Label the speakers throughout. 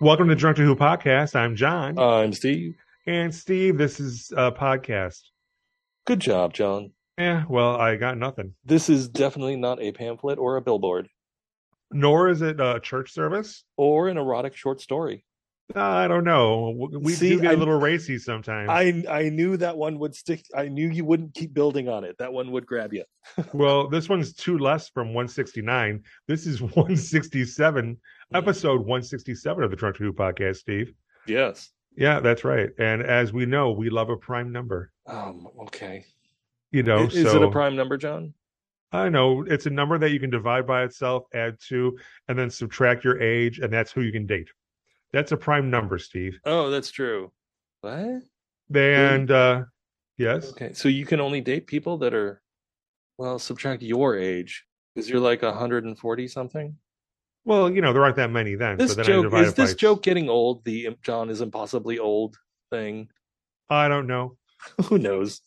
Speaker 1: Welcome to Drunk to Who podcast. I'm John
Speaker 2: I'm Uh, Steve.
Speaker 1: and Steve. This is a podcast.
Speaker 2: Good job, John.
Speaker 1: Yeah, well, I got nothing.
Speaker 2: This is definitely not a pamphlet or a billboard
Speaker 1: Nor is it a church service.
Speaker 2: or an erotic short story.
Speaker 1: I don't know. We- We
Speaker 2: See,
Speaker 1: do get
Speaker 2: I-
Speaker 1: a little racy sometimes.
Speaker 2: I I knew that one would stick. I knew you wouldn't keep building on it. That one would grab you.
Speaker 1: well, this one's two less from 169. This is 167, episode 167 of the Drunk to Who podcast. Steve.
Speaker 2: Yes.
Speaker 1: Yeah, that's right. And as we know, we love a prime number.
Speaker 2: Um. Okay.
Speaker 1: You know,
Speaker 2: is, is
Speaker 1: Oh, so
Speaker 2: it a prime number, John?
Speaker 1: I know it's a number that you can divide by itself, add to, and then subtract your age, and that's who you can date. That's a prime number, Steve.
Speaker 2: Oh, that's true. What? Hmm.
Speaker 1: And uh yes,
Speaker 2: Okay. So you can only date people that are, well, subtract your age because you're like 140 something.
Speaker 1: well, you know there aren't that many then.
Speaker 2: This
Speaker 1: so then I
Speaker 2: joke
Speaker 1: divide
Speaker 2: is
Speaker 1: it by-
Speaker 2: this joke getting old? The im- John is impossibly old thing.
Speaker 1: I don't know.
Speaker 2: Who knows?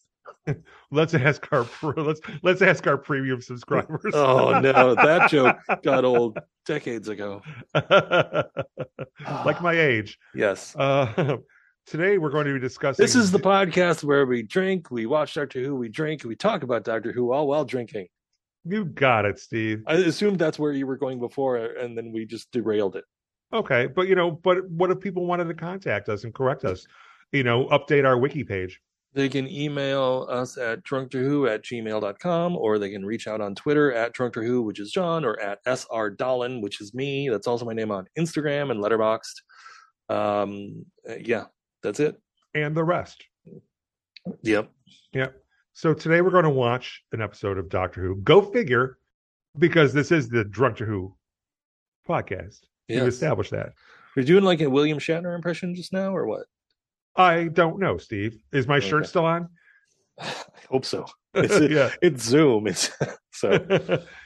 Speaker 1: Let's ask our pre- let's let's ask our premium subscribers.
Speaker 2: Oh no, that joke got old decades ago.
Speaker 1: like my age.
Speaker 2: yes.
Speaker 1: Uh, today we're going to be discussing.
Speaker 2: This is the podcast where we drink, we watch Doctor Who, we drink, we talk about Doctor Who all while drinking.
Speaker 1: you got it, Steve.
Speaker 2: I assumed that's where you were going before, and then we just derailed it.
Speaker 1: Okay, but you know, but what if people wanted to contact us and correct us? You know, update our wiki page.
Speaker 2: They can email us at drunkterwho at gmail.com, or they can reach out on Twitter at drunkterwho, which is John, or at sr Dolan, which is me. That's also my name on Instagram and Letterboxd. Um, yeah, that's it.
Speaker 1: and the rest.
Speaker 2: Yep.
Speaker 1: So today we're going to watch an episode of Doctor Who. Go figure, because this is the Doctor Who podcast. We've
Speaker 2: Yes.
Speaker 1: established that.
Speaker 2: You're doing like a William Shatner impression just now, or what?
Speaker 1: I don't know, Steve. Is my shirt
Speaker 2: Okay.
Speaker 1: still on?
Speaker 2: I hope so. It's,
Speaker 1: yeah,
Speaker 2: it's Zoom. It's so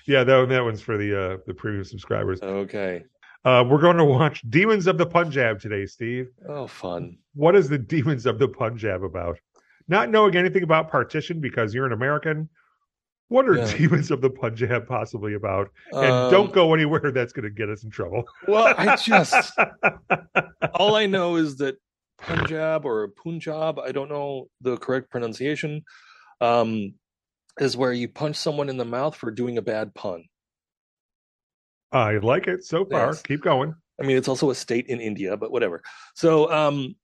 Speaker 1: yeah. That that one's for the uh, the premium subscribers.
Speaker 2: okay.
Speaker 1: Uh, we're going to watch Demons of the Punjab today, Steve.
Speaker 2: Oh, fun.
Speaker 1: What is the Demons of the Punjab about? Not knowing anything about partition because you're an American. What are
Speaker 2: Yeah.
Speaker 1: Demons of the Punjab possibly about? And
Speaker 2: Um,
Speaker 1: don't go anywhere that's going to get us in trouble.
Speaker 2: Well, I just all I know is that Punjab or Punjab, I don't know the correct pronunciation, um, is where you punch someone in the mouth for doing a bad pun.
Speaker 1: I like it so far.
Speaker 2: Yes.
Speaker 1: Keep going.
Speaker 2: I mean, it's also a state in India, but whatever. So, um,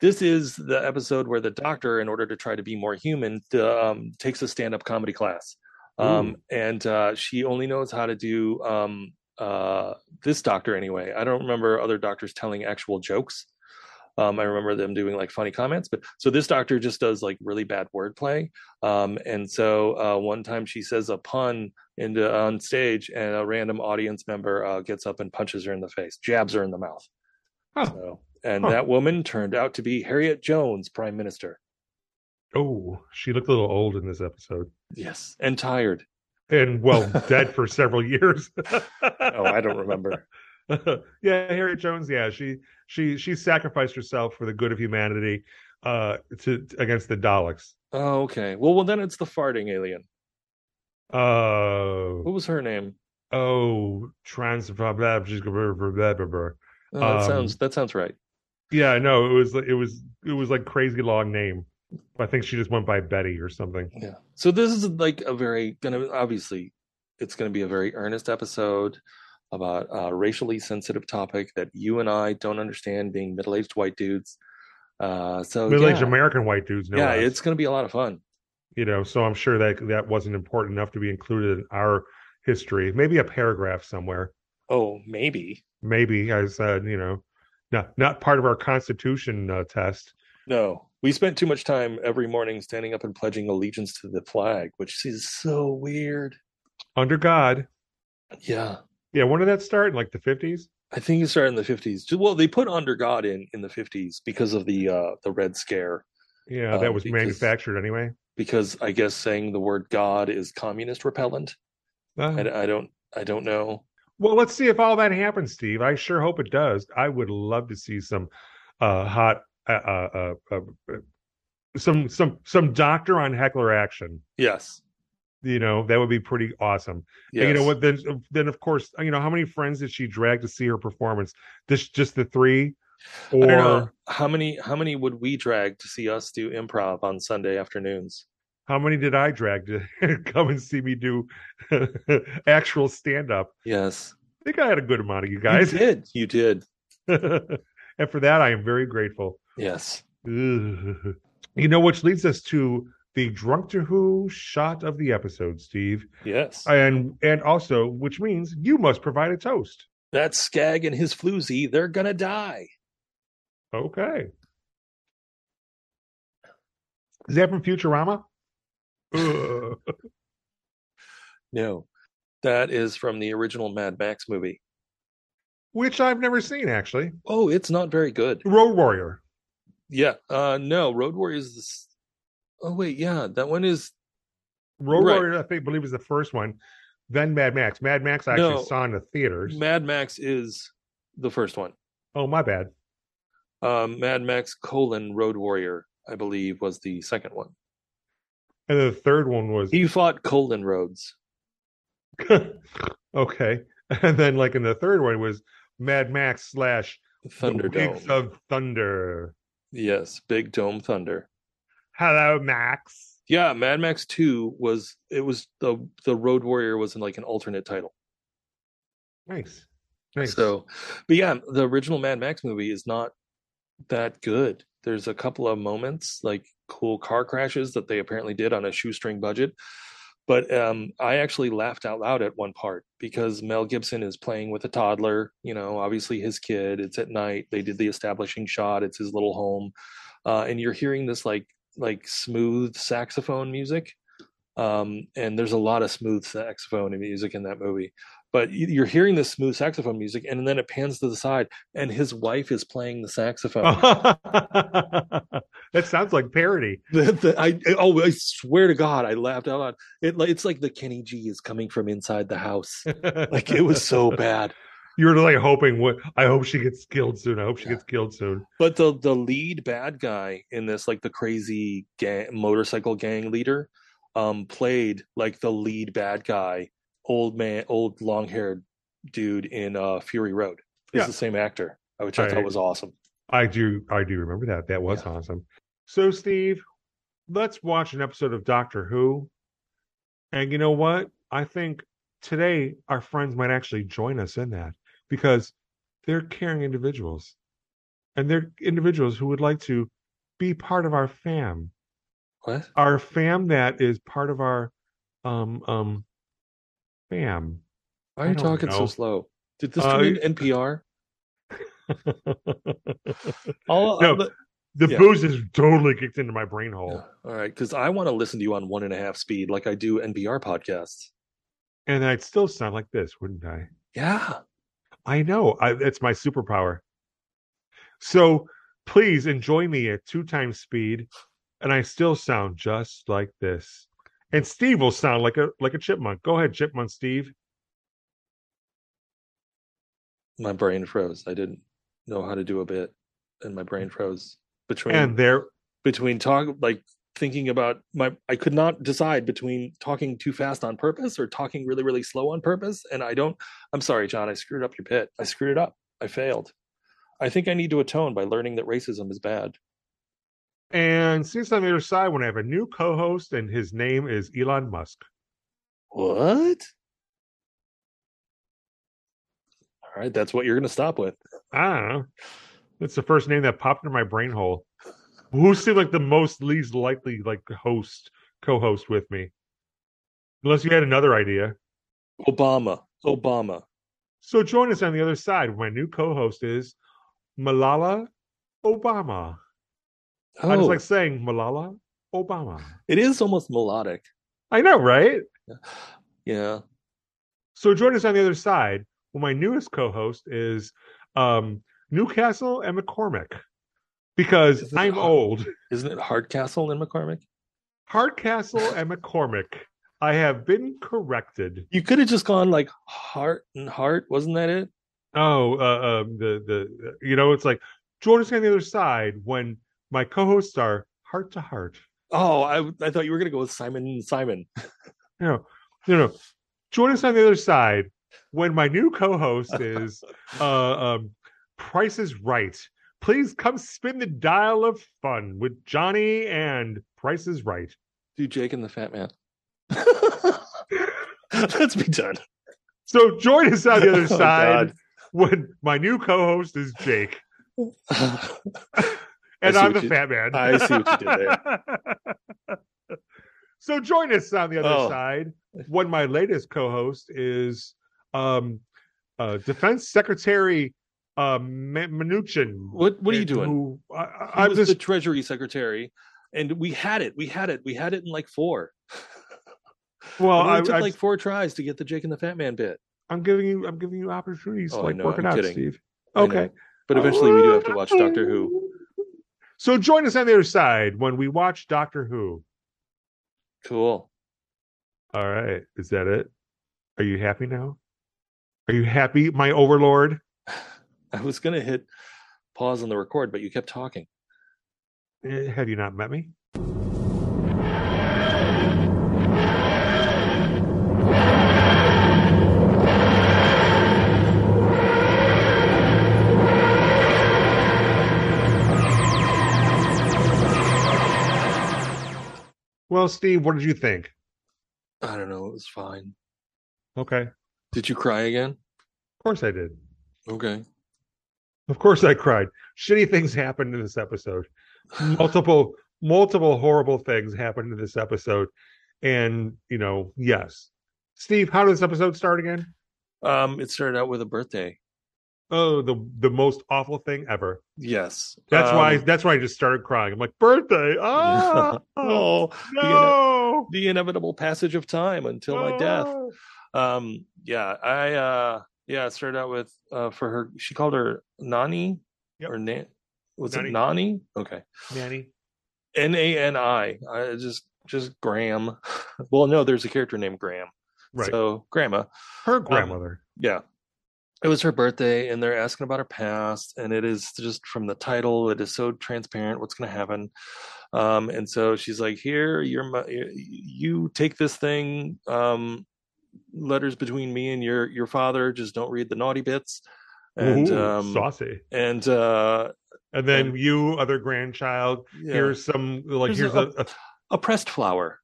Speaker 2: this is the episode where the doctor, in order to try to be more human, the, um, takes a stand up comedy class. Um, and uh, she only knows how to do um, uh, this doctor anyway. I don't remember other doctors telling actual jokes. Um, I remember them doing like funny comments, but so this doctor just does like really bad wordplay. Um, and so uh, one time she says a pun into on stage, and a random audience member uh, gets up and punches her in the face, jabs her in the mouth.
Speaker 1: Huh.
Speaker 2: So, and
Speaker 1: Huh.
Speaker 2: that woman turned out to be Harriet Jones, Prime Minister.
Speaker 1: Oh, she looked a little old in this episode
Speaker 2: Yes, and tired.
Speaker 1: and well, dead for several years.
Speaker 2: Oh, I don't remember.
Speaker 1: yeah, Harriet Jones. Yeah, she she she sacrificed herself for the good of humanity uh to against the Daleks.
Speaker 2: Oh, okay. Well, well, then it's the farting alien.
Speaker 1: Oh, Uh,
Speaker 2: What was her name?
Speaker 1: oh, trans. Blah, blah, blah, blah, blah, blah.
Speaker 2: Oh, that
Speaker 1: Um,
Speaker 2: sounds that sounds right.
Speaker 1: Yeah, no, it was it was it was like crazy long name. I think she just went by Betty or something.
Speaker 2: Yeah. So this is like a very gonna obviously it's gonna be a very earnest episode about a racially sensitive topic that you and I don't understand being middle aged white dudes. Uh so
Speaker 1: Middle-aged
Speaker 2: yeah,
Speaker 1: American white dudes. No
Speaker 2: yeah
Speaker 1: less.
Speaker 2: it's gonna be a lot of fun.
Speaker 1: you know so i'm sure that that wasn't important enough to be included in our history maybe a paragraph somewhere
Speaker 2: Oh, maybe.
Speaker 1: maybe as uh, you know not not part of our constitution uh, test
Speaker 2: No. We spent too much time every morning standing up and pledging allegiance to the flag, which is so weird.
Speaker 1: under god
Speaker 2: Yeah.
Speaker 1: yeah when did that start in like the 50s
Speaker 2: I think it started in the fifties. Well, they put Under God in in the fifties because of the uh, the Red Scare.
Speaker 1: yeah
Speaker 2: Um,
Speaker 1: that was
Speaker 2: because-
Speaker 1: manufactured anyway
Speaker 2: Because I guess saying the word God is communist repellent.
Speaker 1: Uh,
Speaker 2: I, I don't I don't know.
Speaker 1: well let's see if all that happens steve i sure hope it does i would love to see some uh hot uh uh, uh, uh some some some doctor on heckler action
Speaker 2: Yes,
Speaker 1: You know, that would be pretty awesome. And you know what? Then, then of course, you know how many friends did she drag to see her performance? This just the three,
Speaker 2: I don't
Speaker 1: or
Speaker 2: know. how many how many would we drag to see us do improv on Sunday afternoons?
Speaker 1: how many did I drag to come and see me do actual stand up?
Speaker 2: Yes,
Speaker 1: I think I had a good amount of you
Speaker 2: You
Speaker 1: guys,
Speaker 2: did. You did.
Speaker 1: and for that, I am very grateful.
Speaker 2: Yes.
Speaker 1: Ugh. You know, which leads us to the drunk to who shot of the episode, Steve,
Speaker 2: Yes.
Speaker 1: and and also, which means you must provide a toast.
Speaker 2: that Skag and his floozy, they're gonna die.
Speaker 1: Okay. Is that from Futurama? Ugh.
Speaker 2: No, that is from the original Mad Max movie.
Speaker 1: Which I've never seen actually.
Speaker 2: Oh, it's not very good.
Speaker 1: Road Warrior.
Speaker 2: Yeah. Uh, no, Road Warrior is this. Oh wait, yeah, that one is
Speaker 1: Road
Speaker 2: Right.
Speaker 1: Warrior, I think, believe is the first one. Then Mad Max. Mad Max I actually
Speaker 2: No.
Speaker 1: saw in the theaters.
Speaker 2: Mad Max is the first one.
Speaker 1: oh, my bad.
Speaker 2: Um, Mad Max colon Road Warrior, I believe, was the second one.
Speaker 1: And then the third one was
Speaker 2: He fought colon Rhodes.
Speaker 1: okay. And then like in the third one was Mad Max slash The Wings
Speaker 2: Thunderdome.
Speaker 1: of Thunder.
Speaker 2: Yes, Big Dome Thunder.
Speaker 1: Hello, Max.
Speaker 2: Yeah, Mad Max Two was it was the the Road Warrior was in like an alternate title.
Speaker 1: Nice. Nice.
Speaker 2: So, but yeah, the original Mad Max movie is not that good. There's a couple of moments like cool car crashes that they apparently did on a shoestring budget. But um, I actually laughed out loud at one part because Mel Gibson is playing with a toddler, you know, obviously his kid. It's at night. They did the establishing shot. It's his little home, uh, and you're hearing this like like smooth saxophone music, um, and there's a lot of smooth saxophone music in that movie but you- you're hearing this smooth saxophone music and then it pans to the side and his wife is playing the saxophone
Speaker 1: that sounds like parody.
Speaker 2: The- the- I, oh, I swear to god i laughed out loud it, like- it's like the kenny g is coming from inside the house like it was so bad
Speaker 1: You were like hoping what I hope she gets killed soon. I hope she
Speaker 2: Yeah.
Speaker 1: gets killed soon.
Speaker 2: but the the lead bad guy in this like the crazy gang, motorcycle gang leader um played like the lead bad guy old man old long-haired dude in uh fury road it's
Speaker 1: Yeah.
Speaker 2: the same actor which i
Speaker 1: Right.
Speaker 2: thought was awesome
Speaker 1: I do I do remember that. That was
Speaker 2: Yeah.
Speaker 1: awesome. So Steve, let's watch an episode of Doctor Who. And you know what? I think today our friends might actually join us in that because they're caring individuals. And they're individuals who would like to be part of our fam.
Speaker 2: what
Speaker 1: Our fam that is part of our um um fam.
Speaker 2: Why
Speaker 1: I
Speaker 2: are you
Speaker 1: don't
Speaker 2: talking so
Speaker 1: know.
Speaker 2: slow? Did this
Speaker 1: Uh,
Speaker 2: come in NPR? All,
Speaker 1: No.
Speaker 2: all-
Speaker 1: The
Speaker 2: Yeah.
Speaker 1: booze is totally kicked into my brain hole.
Speaker 2: all right, because I want to listen to you on one and a half speed, like I do NPR podcasts.
Speaker 1: And I'd still sound like this, wouldn't I?
Speaker 2: Yeah,
Speaker 1: I know. I, it's my superpower. So please enjoy me at two times speed, and I still sound just like this. And Steve will sound like a like a chipmunk. Go ahead, chipmunk Steve.
Speaker 2: my brain froze. I didn't know how to do a bit, and my brain froze between
Speaker 1: And there,
Speaker 2: between talk like thinking about my. I could not decide between talking too fast on purpose or talking really really slow on purpose. And I don't. I'm sorry, John. I screwed up your pit. I screwed it up. I failed. I think I need to atone by learning that racism is bad.
Speaker 1: and since on the other side, when I have a new co-host, and his name is Elon Musk.
Speaker 2: What? All right, that's what you're going to stop with.
Speaker 1: I don't know. Ah, That's the first name that popped into my brain hole. Who seemed like the most least likely like host co-host with me? Unless you had another idea.
Speaker 2: Obama. Obama.
Speaker 1: So join us on the other side. My new co-host is Malala Obama. I
Speaker 2: Oh,
Speaker 1: just like saying Malala Obama.
Speaker 2: it is almost melodic.
Speaker 1: I know, right?
Speaker 2: Yeah.
Speaker 1: So join us on the other side. Well, my newest co-host is um, Newcastle and McCormick because
Speaker 2: This is
Speaker 1: I'm
Speaker 2: hard.
Speaker 1: old.
Speaker 2: Isn't it Hardcastle and McCormick?
Speaker 1: Hardcastle and McCormick. I have been corrected.
Speaker 2: You could have just gone like Hart and Hart. Wasn't that it?
Speaker 1: Oh, uh, um, the the you know, it's like Jordan's on the other side when my co-hosts are heart to heart.
Speaker 2: Oh, I, I thought you were going to go with Simon and Simon.
Speaker 1: No, no, no. Join us on the other side when my new co-host is uh, um, Price is Right. Please come spin the dial of fun with Johnny and Price is Right.
Speaker 2: Do Jake and the Fat Man. Let's be done.
Speaker 1: So join us on the other
Speaker 2: Oh,
Speaker 1: side
Speaker 2: God.
Speaker 1: when my new co-host is Jake and
Speaker 2: see
Speaker 1: I'm
Speaker 2: what
Speaker 1: the
Speaker 2: you-
Speaker 1: Fat Man.
Speaker 2: I see what you did
Speaker 1: there. so join us on the other
Speaker 2: Oh.
Speaker 1: side when my latest co-host is um, uh, Defense Secretary uh, Ma- Mnuchin.
Speaker 2: What What are you
Speaker 1: and
Speaker 2: doing?
Speaker 1: Who, I,
Speaker 2: He
Speaker 1: I, I'm
Speaker 2: was
Speaker 1: just
Speaker 2: the Treasury Secretary, and we had it. We had it. We had it in like four.
Speaker 1: well.
Speaker 2: it
Speaker 1: I,
Speaker 2: only took
Speaker 1: I,
Speaker 2: like four tries to get the Jake and the Fat Man bit.
Speaker 1: I'm giving you. I'm giving you opportunities
Speaker 2: Oh,
Speaker 1: to
Speaker 2: I
Speaker 1: like
Speaker 2: know.
Speaker 1: work it
Speaker 2: I'm
Speaker 1: out,
Speaker 2: kidding.
Speaker 1: Steve.
Speaker 2: I know.
Speaker 1: Okay.
Speaker 2: But eventually, we do have to watch Doctor Who.
Speaker 1: So join us on the other side when we watch Doctor Who.
Speaker 2: Cool.
Speaker 1: All right. Is that it? Are you happy now? Are you happy, my overlord?
Speaker 2: I was gonna hit pause on the record, but you kept talking.
Speaker 1: Eh, Have you not met me? Well, Steve, what did you think?
Speaker 2: I don't know. It was fine.
Speaker 1: Okay. Of
Speaker 2: Did you cry again?
Speaker 1: course I did.
Speaker 2: Okay.
Speaker 1: Of course I cried. Shitty things happened in this episode. multiple multiple horrible things happened in this episode and you know yes steve how did this episode start again
Speaker 2: Um, it started out with a birthday.
Speaker 1: oh the the most awful thing ever
Speaker 2: Yes.
Speaker 1: that's
Speaker 2: Um,
Speaker 1: why that's why i just started crying i'm like birthday ah no
Speaker 2: oh, the, ine-
Speaker 1: no
Speaker 2: the inevitable passage of time until my death.
Speaker 1: Ah!
Speaker 2: Um, yeah, I uh, yeah, it started out with uh, for her. She called her Nani
Speaker 1: Yep.
Speaker 2: or Na- was
Speaker 1: Nani.
Speaker 2: it Nani? Okay,
Speaker 1: nanny
Speaker 2: N A N I. I just just Graham. well, no, there's a character named Graham.
Speaker 1: right
Speaker 2: So Grandma.
Speaker 1: her grandmother
Speaker 2: Yeah. It was her birthday, and they're asking about her past, and it is just from the title. It is so transparent what's going to happen, um, and so she's like, "Here, you're my, you take this thing, um, letters between me and your your father. Just don't read the naughty bits." And
Speaker 1: Ooh,
Speaker 2: um,
Speaker 1: saucy
Speaker 2: and uh,
Speaker 1: and then
Speaker 2: and-
Speaker 1: you other grandchild
Speaker 2: yeah,
Speaker 1: here's some like
Speaker 2: Here's
Speaker 1: here's,
Speaker 2: a-
Speaker 1: a, a
Speaker 2: a pressed flower.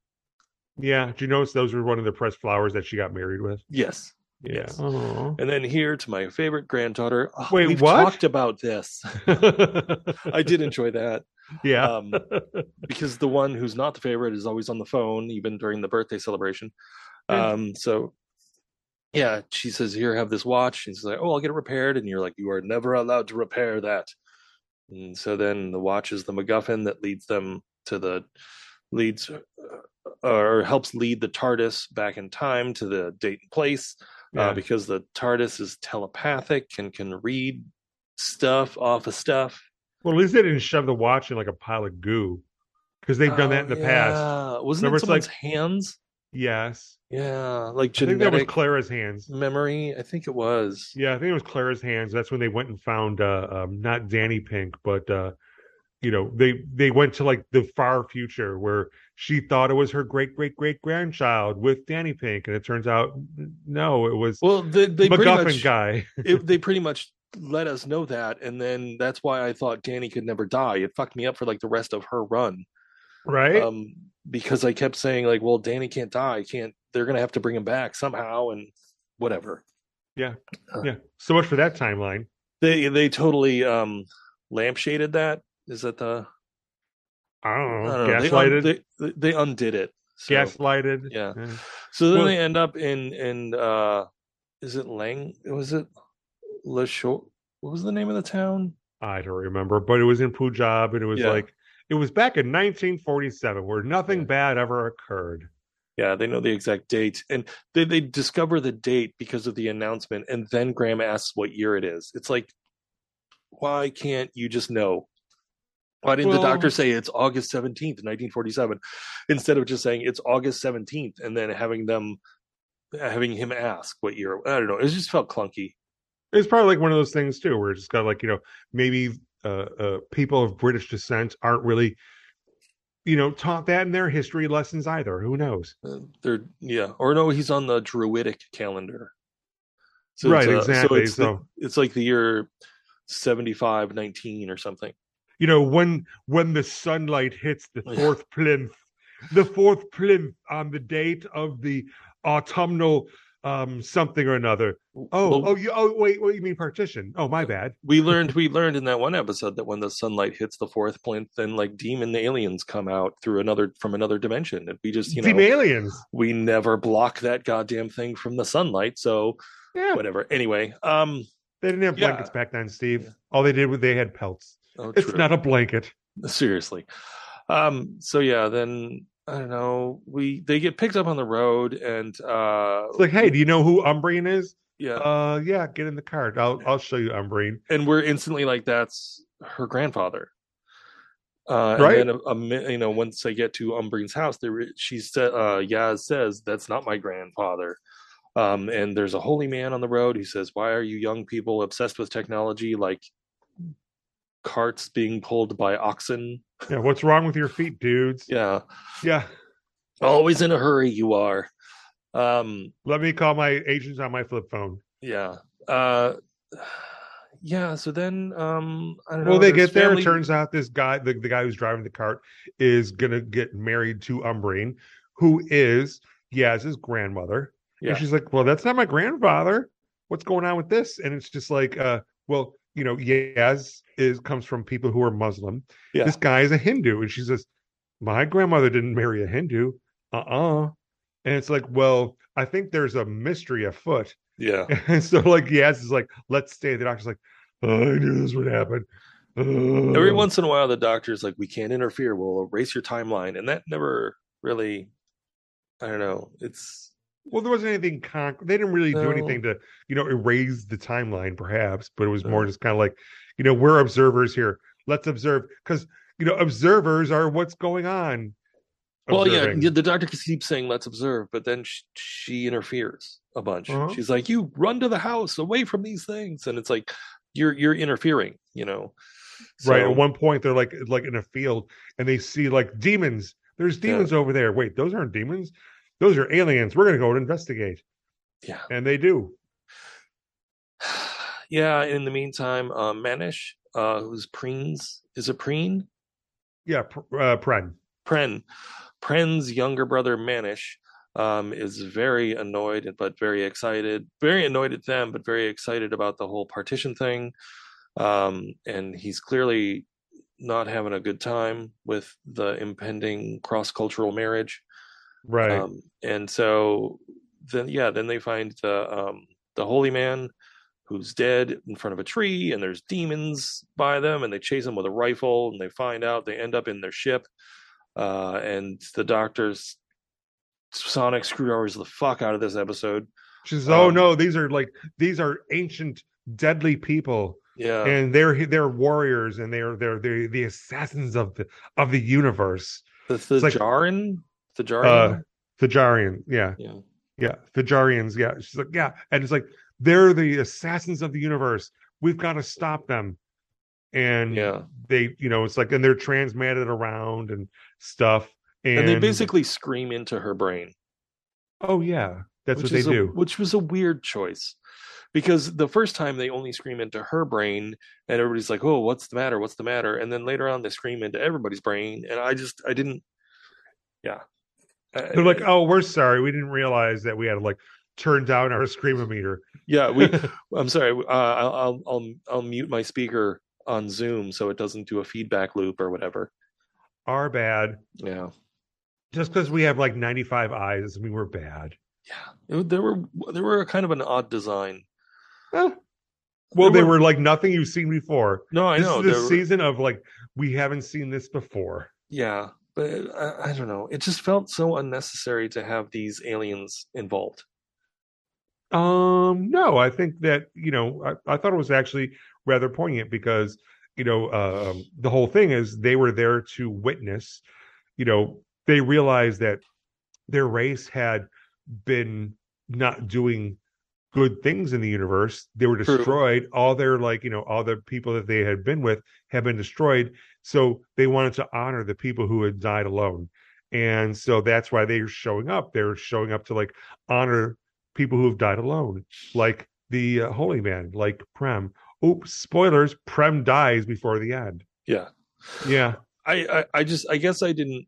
Speaker 1: yeah do you notice those were one of the pressed flowers that she got married with
Speaker 2: Yes,
Speaker 1: yeah
Speaker 2: Yes.
Speaker 1: Aw.
Speaker 2: and then here to my favorite granddaughter. Oh,
Speaker 1: Wait,
Speaker 2: we've
Speaker 1: what?
Speaker 2: talked about this. I did enjoy that.
Speaker 1: yeah.
Speaker 2: um, because the one who's not the favorite is always on the phone, even during the birthday celebration.
Speaker 1: Yeah.
Speaker 2: Um, so, yeah, she says, "Here, have this watch." And she's like, "Oh, I'll get it repaired." And you're like, "You are never allowed to repair that." And so then the watch is the MacGuffin that leads them to the leads uh, or helps lead the TARDIS back in time to the date and place
Speaker 1: Yeah.
Speaker 2: uh, because the TARDIS is telepathic and can read stuff off of stuff.
Speaker 1: well, at least they didn't shove the watch in like a pile of goo because they've done that in the past.
Speaker 2: past. Oh, Wasn't
Speaker 1: Remember,
Speaker 2: it
Speaker 1: it's like-
Speaker 2: someone's hands?
Speaker 1: Yes.
Speaker 2: Yeah, like
Speaker 1: I think that was
Speaker 2: genetic
Speaker 1: Clara's hands.
Speaker 2: memory. I think it was.
Speaker 1: Yeah, I think it was Clara's hands. That's when they went and found uh, um, not Danny Pink, but uh, you know they they went to like the far future where she thought it was her great great great grandchild with Danny Pink, and it turns out n- no, it was
Speaker 2: Well, they, they pretty
Speaker 1: MacGuffin
Speaker 2: much
Speaker 1: guy.
Speaker 2: it, they pretty much let us know that, and then that's why I thought Danny could never die. It fucked me up for like the rest of her run,
Speaker 1: right?
Speaker 2: um, because I kept saying like, well, Danny can't die. Can't they're gonna have to bring him back somehow and whatever.
Speaker 1: yeah. So much for that timeline.
Speaker 2: They they totally um lampshaded that. Is that the
Speaker 1: I don't know.
Speaker 2: I don't know. They un-
Speaker 1: Oh, gaslighted.
Speaker 2: They, they, they undid it. So.
Speaker 1: gaslighted.
Speaker 2: Yeah. So then
Speaker 1: Well-
Speaker 2: they end up in in uh is it Lang was it Lashore what was the name of the town?
Speaker 1: I don't remember, but it was in Punjab, and it was
Speaker 2: Yeah.
Speaker 1: like it was back in 1947, where nothing
Speaker 2: Yeah.
Speaker 1: bad ever occurred.
Speaker 2: Yeah, they know the exact date. And they they discover the date because of the announcement and then Graham asks what year it is. It's like why can't you just know? Why didn't the
Speaker 1: Well-
Speaker 2: doctor say it's August 17th, 1947 instead of just saying it's August 17th and then having them having him ask what year? I don't know. It just felt clunky.
Speaker 1: It's probably like one of those things too, where it's just got like you know maybe uh, uh, people of British descent aren't really you know, taught that in their history lessons either. Who knows?
Speaker 2: Uh, they're yeah, or no, he's on the Druidic calendar. So
Speaker 1: right,
Speaker 2: it's, uh,
Speaker 1: exactly. So,
Speaker 2: it's, The, it's like the year seventy-five nineteen or something.
Speaker 1: you know, when when the sunlight hits the
Speaker 2: Oh, Yeah.
Speaker 1: fourth plinth, the fourth plinth on the date of the autumnal um something or another. Oh,
Speaker 2: Well, Uh,
Speaker 1: oh, you, oh, wait, what you mean partition? Oh, my bad.
Speaker 2: we learned we learned in that one episode that when the sunlight hits the fourth plinth, then like demon aliens come out through another from another dimension, and we just you know
Speaker 1: Team aliens.
Speaker 2: we never block that goddamn thing from the sunlight. So
Speaker 1: Yeah,
Speaker 2: whatever. Anyway, um,
Speaker 1: they didn't have
Speaker 2: Yeah.
Speaker 1: blankets back then, Steve.
Speaker 2: Yeah.
Speaker 1: All they did was they had pelts.
Speaker 2: oh,
Speaker 1: It's
Speaker 2: true.
Speaker 1: not a blanket.
Speaker 2: seriously um so yeah then i don't know we they get picked up on the road and uh
Speaker 1: It's like, hey, do you know who Umbrian is?
Speaker 2: yeah
Speaker 1: Uh, yeah, get in the cart. I'll I'll show you Umbreen.
Speaker 2: and we're instantly like that's her grandfather uh
Speaker 1: Right.
Speaker 2: and then a, a mi- you know once they get to umbrian's house there she said uh yaz says that's not my grandfather um and there's a holy man on the road who says why are you young people obsessed with technology like carts being pulled by oxen
Speaker 1: Yeah, what's wrong with your feet, dudes? Yeah.
Speaker 2: yeah always in a hurry you are um
Speaker 1: let me call my agents on my flip phone.
Speaker 2: yeah uh yeah so then um i don't
Speaker 1: Well,
Speaker 2: know
Speaker 1: they
Speaker 2: there's
Speaker 1: get there.
Speaker 2: family-
Speaker 1: It turns out this guy, the, the guy who's driving the cart, is gonna get married to Umbreen, who is Yaz's grandmother.
Speaker 2: Yeah.
Speaker 1: And she's like, "Well, that's not my grandfather. What's going on with this?" And it's just like, uh, well, you know, Yaz is comes from people who are Muslim.
Speaker 2: Yeah.
Speaker 1: This guy is a Hindu, and she says, "My grandmother didn't marry a Hindu." Uh-uh. And it's like, well, I think there's a mystery afoot.
Speaker 2: yeah
Speaker 1: And so like Yaz is like, let's stay. The doctor's like, oh, I knew this would happen. Oh.
Speaker 2: every once in a while the doctor's like we can't interfere we'll erase your timeline and that never really i don't know it's
Speaker 1: well, there wasn't anything concrete. They didn't really do
Speaker 2: No.
Speaker 1: anything to, you know, erase the timeline, perhaps, but it was more
Speaker 2: No.
Speaker 1: just kind of like, you know, we're observers here. Let's observe because you know, observers are what's going on.
Speaker 2: well yeah,
Speaker 1: Observing.
Speaker 2: yeah the doctor keeps saying let's observe but then she, she interferes a bunch
Speaker 1: Uh-huh.
Speaker 2: she's like you run to the house away from these things and it's like you're you're interfering you know
Speaker 1: right.
Speaker 2: So-
Speaker 1: At one point, they're like like in a field, and they see like demons. There's
Speaker 2: Yeah.
Speaker 1: demons over there. Wait, those aren't demons. Those are aliens. We're gonna go and investigate.
Speaker 2: Yeah.
Speaker 1: and they do.
Speaker 2: yeah in the meantime uh manish uh who's preens is a preen
Speaker 1: Yeah, pr- uh, Pren.
Speaker 2: Pren. Pren's younger brother Manish um, is very annoyed but very excited. Very annoyed at them, but very excited about the whole partition thing. Um, and he's clearly not having a good time with the impending cross-cultural marriage.
Speaker 1: Right.
Speaker 2: Um, and so then yeah, then they find the um, the holy man who's dead in front of a tree and there's demons by them and they chase him with a rifle and they find out they end up in their ship uh, and the doctor's sonic screwdrivers the fuck out of this episode
Speaker 1: She says, "Oh
Speaker 2: Um,
Speaker 1: no, these are like these are ancient, deadly people,
Speaker 2: yeah
Speaker 1: and they're they're warriors, and they're they're they the assassins of the of the universe,
Speaker 2: the, the
Speaker 1: it's like-
Speaker 2: Jaren the Jaren
Speaker 1: Uh, Thajarian, yeah,
Speaker 2: yeah
Speaker 1: yeah, Thajarians, yeah." She's like, "Yeah," and it's like they're the assassins of the universe. We've got to stop them, and
Speaker 2: yeah
Speaker 1: they, you know, it's like, and they're transmitted around and stuff, and,
Speaker 2: and, they basically scream into her brain
Speaker 1: oh yeah, that's what
Speaker 2: which
Speaker 1: they
Speaker 2: is a-
Speaker 1: do.
Speaker 2: which was a weird choice because the first time they only scream into her brain and everybody's like oh what's the matter what's the matter and then later on they scream into everybody's brain and i just i didn't yeah Uh, I-
Speaker 1: They're like, "Oh, we're sorry, we didn't realize that we had to like turn down our screamometer."
Speaker 2: yeah we i'm sorry uh, I'll, I'll i'll i'll mute my speaker on zoom so it doesn't do a feedback loop or whatever
Speaker 1: Are bad.
Speaker 2: yeah
Speaker 1: Just because we have like 95 eyes doesn't mean we're bad.
Speaker 2: yeah It- there were there were kind of an odd design
Speaker 1: Well,
Speaker 2: There
Speaker 1: they were like nothing you've seen before.
Speaker 2: no i
Speaker 1: this
Speaker 2: know
Speaker 1: is
Speaker 2: there
Speaker 1: the
Speaker 2: were-
Speaker 1: season of like we haven't seen this before.
Speaker 2: yeah but uh, I, I don't know it just felt so unnecessary to have these aliens involved
Speaker 1: Um, no, I think that you know I, I thought it was actually rather poignant because you know um, the whole thing is they were there to witness. You know, they realized that their race had been not doing good things in the universe. They were
Speaker 2: True.
Speaker 1: destroyed. All their like, you know, all the people that they had been with have been destroyed. So they wanted to honor the people who had died alone. And so that's why they're showing up. They're showing up to like honor people who have died alone, like the uh, holy man, like Prem. Oops, spoilers, Prem dies before the end.
Speaker 2: Yeah.
Speaker 1: Yeah.
Speaker 2: I, I I just I guess I didn't.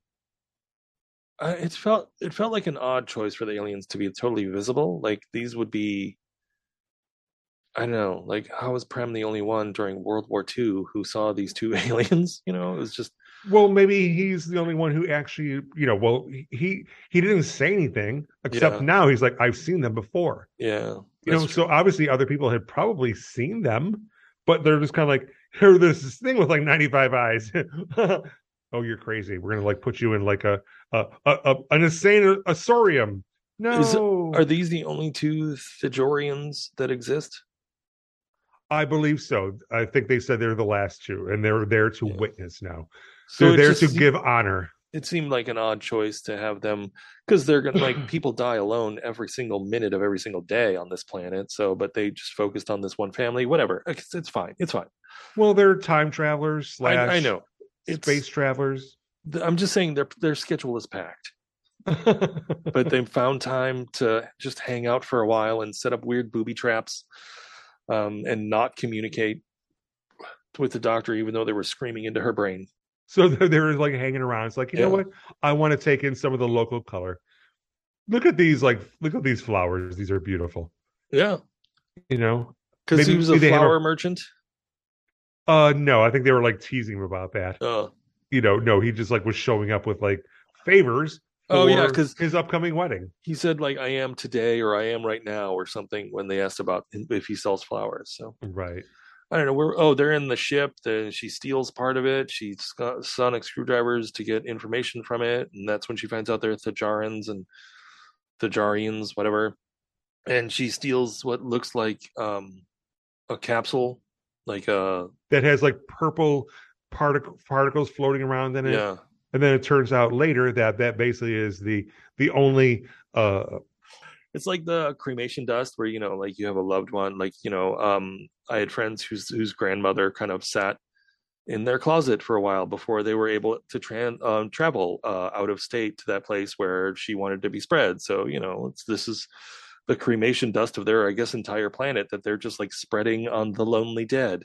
Speaker 2: I, it felt it felt like an odd choice for the aliens to be totally visible. Like these would be. I don't know. Like, how was Prem the only one during World War II who saw these two aliens? You know, it was just
Speaker 1: Well, maybe he's the only one who actually, you know, well, he he didn't say anything except
Speaker 2: Yeah.
Speaker 1: now he's like, I've seen them before.
Speaker 2: yeah.
Speaker 1: You know,
Speaker 2: that's
Speaker 1: so obviously other people had probably seen them, but they're just kind of like, here, there's this thing with like 95 eyes. oh, you're crazy. We're gonna like put you in like a a, a, a an insane asorium. No,
Speaker 2: Are these the only two Thajorians that exist?
Speaker 1: I believe so. I think they said they're the last two, and they're there to
Speaker 2: Yeah.
Speaker 1: witness now.
Speaker 2: So
Speaker 1: they're
Speaker 2: it
Speaker 1: there
Speaker 2: just
Speaker 1: to
Speaker 2: se-
Speaker 1: give honor.
Speaker 2: It seemed like an odd choice to have them because they're gonna like people die alone every single minute of every single day on this planet. So, but they just focused on this one family. Whatever, it's, it's fine. It's fine.
Speaker 1: Well, they're time travelers
Speaker 2: I,
Speaker 1: slash
Speaker 2: I know. It's,
Speaker 1: space travelers.
Speaker 2: th- I'm just saying their their schedule is packed, but they found time to just hang out for a while and set up weird booby traps, um, and not communicate with the doctor, even though they were screaming into her brain.
Speaker 1: so they're, they're like hanging around. It's like, you know
Speaker 2: Yeah.
Speaker 1: what? I want to take in some of the local color. Look at these, like, look at these flowers. These are beautiful.
Speaker 2: Yeah,
Speaker 1: You know?
Speaker 2: because he
Speaker 1: Maybe-
Speaker 2: was a
Speaker 1: maybe they have a-
Speaker 2: flower merchant.
Speaker 1: Uh, no, I think they were like teasing him about that.
Speaker 2: Oh,
Speaker 1: You know, no, he just like was showing up with like favors.
Speaker 2: oh yeah,
Speaker 1: for
Speaker 2: because
Speaker 1: his upcoming wedding.
Speaker 2: he said like I am today or I am right now or something when they asked about him- if he sells flowers. So
Speaker 1: Right.
Speaker 2: I don't know. We're oh they're in the ship. Then she steals part of it. She sc- sonic screwdrivers to get information from it, and that's when she finds out they're Thajarans and Thajarians, whatever. And she steals what looks like um a capsule, like uh, a
Speaker 1: That has like purple particle particles floating around in it.
Speaker 2: yeah.
Speaker 1: And then it turns out later that that basically is the the only uh
Speaker 2: it's like the cremation dust where you know like you have a loved one like you know um i had friends whose whose grandmother kind of sat in their closet for a while before they were able to tran- um, travel uh, out of state to that place where she wanted to be spread so you know it's, this is the cremation dust of their i guess entire planet that they're just like spreading on the lonely dead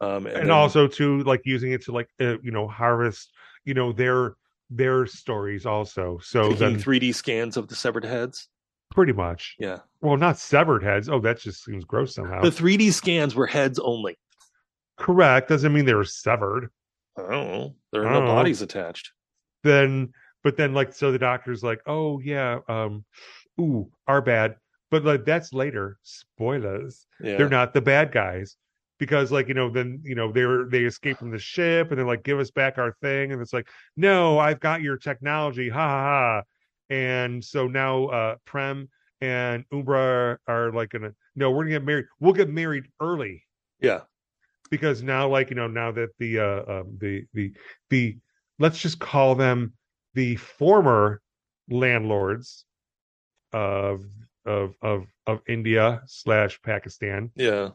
Speaker 2: um
Speaker 1: and,
Speaker 2: then-
Speaker 1: also to like using it to like uh, you know harvest you know their their stories also so
Speaker 2: taking
Speaker 1: then
Speaker 2: 3d scans of the severed heads
Speaker 1: pretty much
Speaker 2: yeah
Speaker 1: well not severed heads oh that just seems gross somehow
Speaker 2: the 3d scans were heads only
Speaker 1: correct doesn't mean they were severed
Speaker 2: i don't know there
Speaker 1: I
Speaker 2: are
Speaker 1: don't
Speaker 2: no
Speaker 1: know.
Speaker 2: bodies attached
Speaker 1: then but then like so the doctor's like oh yeah um ooh our bad but like that's later spoilers
Speaker 2: yeah
Speaker 1: they're not the bad guys because like you know then you know they were they escape from the ship and they're like give us back our thing and it's like no i've got your technology ha ha ha and so now uh prem and umbra are, are like gonna no we're gonna get married we'll get married early
Speaker 2: yeah
Speaker 1: because now like you know now that the uh um, the the the let's just call them the former landlords of of of of india slash pakistan
Speaker 2: Yeah.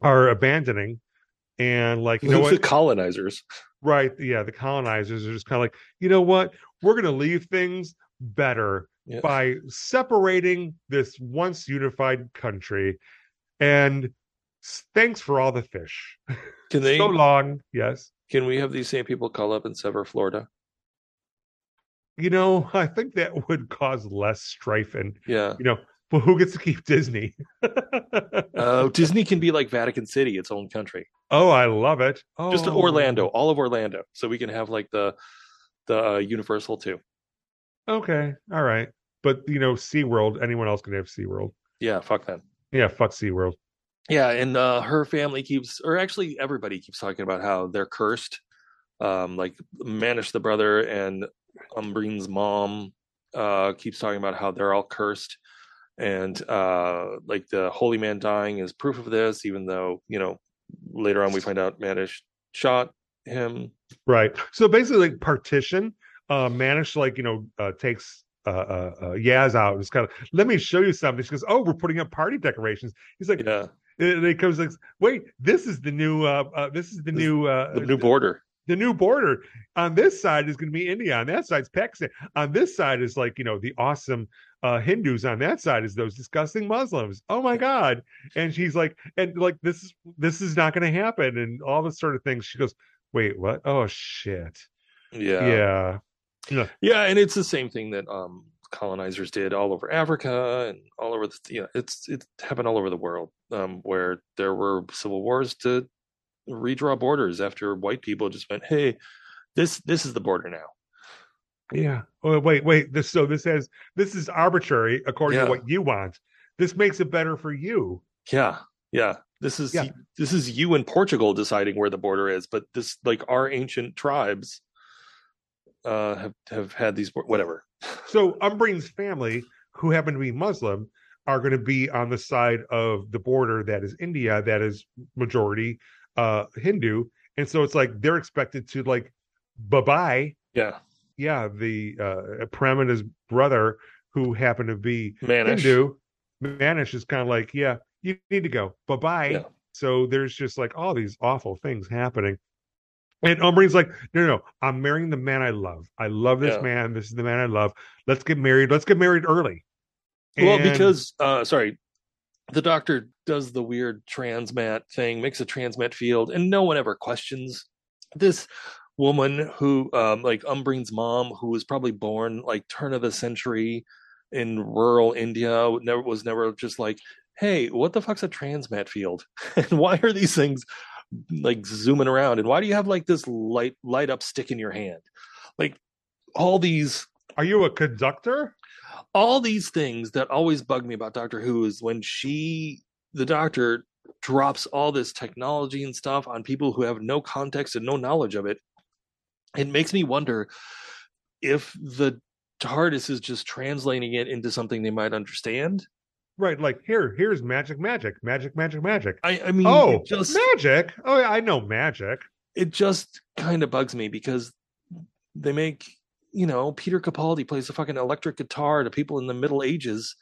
Speaker 1: are abandoning and like you know
Speaker 2: the
Speaker 1: what
Speaker 2: colonizers.
Speaker 1: right yeah the colonizers are just kind of like you know what we're going to leave things better
Speaker 2: Yeah.
Speaker 1: by separating this once unified country and s- thanks for all the fish
Speaker 2: Can they
Speaker 1: so long yes
Speaker 2: can we have these same people call up and sever Florida?
Speaker 1: you know i think that would cause less strife and
Speaker 2: Yeah.
Speaker 1: you know well, who gets to keep disney
Speaker 2: Uh, Disney can be like Vatican City, its own country.
Speaker 1: oh i love it oh.
Speaker 2: Just Orlando, all of Orlando. So we can have like the the uh, Universal too.
Speaker 1: okay all right but you know seaworld anyone else can have seaworld
Speaker 2: Yeah, fuck them.
Speaker 1: Yeah, fuck SeaWorld.
Speaker 2: Yeah, and uh, her family keeps, or actually everybody keeps talking about how they're cursed. Um, like Manish the brother and Umbrine's mom uh, keeps talking about how they're all cursed, and uh, like the holy man dying is proof of this. Even though you know later on we find out Manish shot him.
Speaker 1: Right. So basically like partition, uh Manish like, you know, uh takes uh, uh, uh, Yaz out. It's kind of let me show you something. She goes, "Oh, we're putting up party decorations." He's like,
Speaker 2: Yeah,
Speaker 1: and he comes like, "Wait, this is the new. Uh, uh, this is the
Speaker 2: This-
Speaker 1: new. Uh,
Speaker 2: the new border.
Speaker 1: the new border on this side is going to be India. On that side's Pakistan. On this side is like you know the awesome uh, Hindus. On that side is those disgusting Muslims. Oh my God! And she's like, and like this is this is not going to happen, and all this sort of things. She goes, wait, what? Oh shit!
Speaker 2: Yeah,
Speaker 1: Yeah,
Speaker 2: Yeah, and it's the same thing that um, colonizers did all over Africa and all over the you know, it's it happened all over the world um, where there were civil wars to redraw borders after white people just went, "Hey, this this is the border now."
Speaker 1: yeah. Oh wait, wait. This so this has this is arbitrary according
Speaker 2: Yeah.
Speaker 1: to what you want. This makes it better for you.
Speaker 2: Yeah. Yeah. This is
Speaker 1: Yeah.
Speaker 2: this is you and Portugal deciding where the border is, but this like our ancient tribes uh have have had these bor- whatever.
Speaker 1: So Umbrian's family, who happen to be Muslim, are going to be on the side of the border that is India, that is majority uh Hindu, and so it's like they're expected to like bye bye.
Speaker 2: Yeah.
Speaker 1: Yeah, the uh Prem and his brother, who happen to be
Speaker 2: Manish.
Speaker 1: Hindu, Manish is kind of like, yeah, you need to go. Bye bye.
Speaker 2: Yeah.
Speaker 1: So there's just like all these awful things happening. And Umbrian's like, no, no, no, I'm marrying the man I love. I love this
Speaker 2: Yeah.
Speaker 1: man. This is the man I love. Let's get married. Let's get married early.
Speaker 2: Well,
Speaker 1: And-
Speaker 2: because uh sorry, the doctor does the weird transmat thing, makes a transmat field, and no one ever questions this woman who um like Umbrine's mom, who was probably born like turn of the century in rural India, would never was never just like, hey, what the fuck's a transmat field? and why are these things like zooming around? And why do you have like this light light up stick in your hand? Like all these
Speaker 1: are you a conductor?
Speaker 2: all these things that always bug me about Doctor Who is when she, the doctor, drops all this technology and stuff on people who have no context and no knowledge of it. It makes me wonder if the TARDIS is just translating it into something they might understand.
Speaker 1: Right. Like here, here's magic, magic, magic, magic, magic.
Speaker 2: I, I mean,
Speaker 1: oh,
Speaker 2: it just
Speaker 1: magic. Oh, yeah, I know magic.
Speaker 2: it just kind of bugs me because they make you know Peter Capaldi plays a fucking electric guitar to people in the Middle Ages,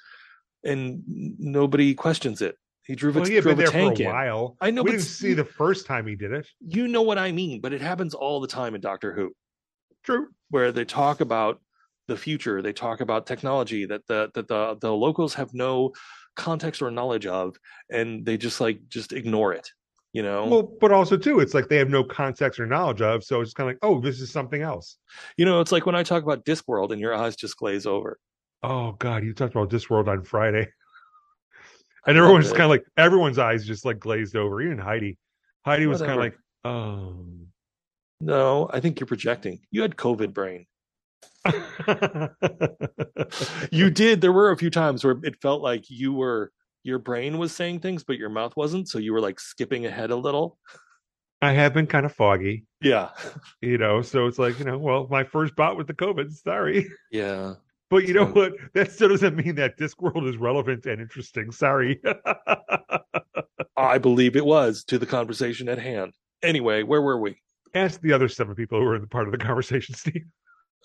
Speaker 2: and n- nobody questions it. He drove,
Speaker 1: Well,
Speaker 2: a,
Speaker 1: he had been
Speaker 2: drove a
Speaker 1: there for
Speaker 2: tank
Speaker 1: a
Speaker 2: in.
Speaker 1: while.
Speaker 2: I know,
Speaker 1: we
Speaker 2: but
Speaker 1: didn't
Speaker 2: s-
Speaker 1: see the first time he did it.
Speaker 2: you know what I mean, but it happens all the time in Doctor Who,
Speaker 1: True.
Speaker 2: where they talk about the future, they talk about technology that the that the the locals have no context or knowledge of, and they just like just ignore it. You know,
Speaker 1: Well, but also too, it's like they have no context or knowledge of, so it's kind of like, oh, this is something else.
Speaker 2: you know, it's like when I talk about Discworld and your eyes just glaze over.
Speaker 1: Oh God, you talked about Discworld on Friday, and everyone's
Speaker 2: it.
Speaker 1: kind of like everyone's eyes just like glazed over. Even Heidi, Heidi was kind of like,
Speaker 2: Whatever.
Speaker 1: oh.
Speaker 2: No, I think you're projecting. You had COVID brain.
Speaker 1: "Um,
Speaker 2: You did. There were a few times where it felt like you were your brain was saying things, but your mouth wasn't. So you were like skipping ahead a little.
Speaker 1: I have been kind of foggy,
Speaker 2: Yeah.
Speaker 1: you know. So it's like, you know, well, my first bout with the COVID. Sorry,
Speaker 2: Yeah.
Speaker 1: but you know
Speaker 2: So-
Speaker 1: what? That still doesn't mean that Discworld is relevant and interesting. Sorry.
Speaker 2: I believe it was to the conversation at hand. Anyway, where were we?
Speaker 1: Ask the other seven people who were in the part of the conversation, Steve.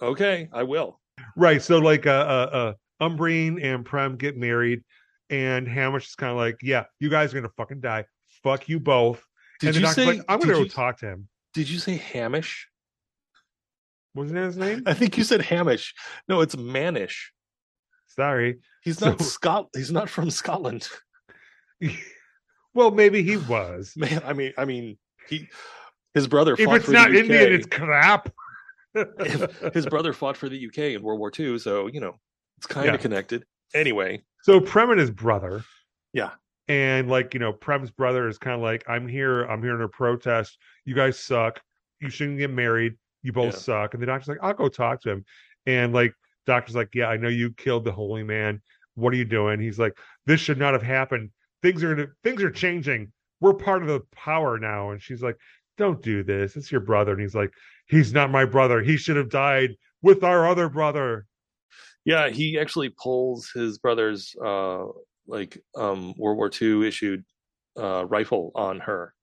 Speaker 2: Okay, I will.
Speaker 1: Right. So like uh uh, uh Umbreen and Prem get married and Hamish is kind of like, yeah, you guys are gonna fucking die. Fuck you both.
Speaker 2: Did
Speaker 1: and the
Speaker 2: you
Speaker 1: doctor's
Speaker 2: say
Speaker 1: like, I'm gonna
Speaker 2: did
Speaker 1: go
Speaker 2: you,
Speaker 1: talk to him.
Speaker 2: did you say hamish?
Speaker 1: Wasn't that his name?
Speaker 2: I think you said hamish. No, it's manish.
Speaker 1: Sorry.
Speaker 2: He's not
Speaker 1: So-
Speaker 2: Scot he's not from Scotland.
Speaker 1: well, maybe he was.
Speaker 2: Man, I mean I mean he his brother
Speaker 1: If
Speaker 2: fought
Speaker 1: it's
Speaker 2: for
Speaker 1: not
Speaker 2: the UK.
Speaker 1: Indian, it's crap.
Speaker 2: If- his brother fought for the UK in World War II, so you know it's kind
Speaker 1: Yeah.
Speaker 2: of connected. Anyway,
Speaker 1: so Prem and his brother.
Speaker 2: Yeah.
Speaker 1: And like, you know, Prem's brother is kind of like, I'm here, I'm here in a protest. You guys suck. You shouldn't get married. You both
Speaker 2: Yeah.
Speaker 1: suck. And the doctor's like, I'll go talk to him. And like, doctor's like, Yeah, I know you killed the holy man. What are you doing? He's like, This should not have happened. Things are gonna things are changing. We're part of the power now. And she's like, Don't do this. It's your brother. And he's like, He's not my brother. He should have died with our other brother.
Speaker 2: yeah, he actually pulls his brother's uh like um World War II issued uh rifle on her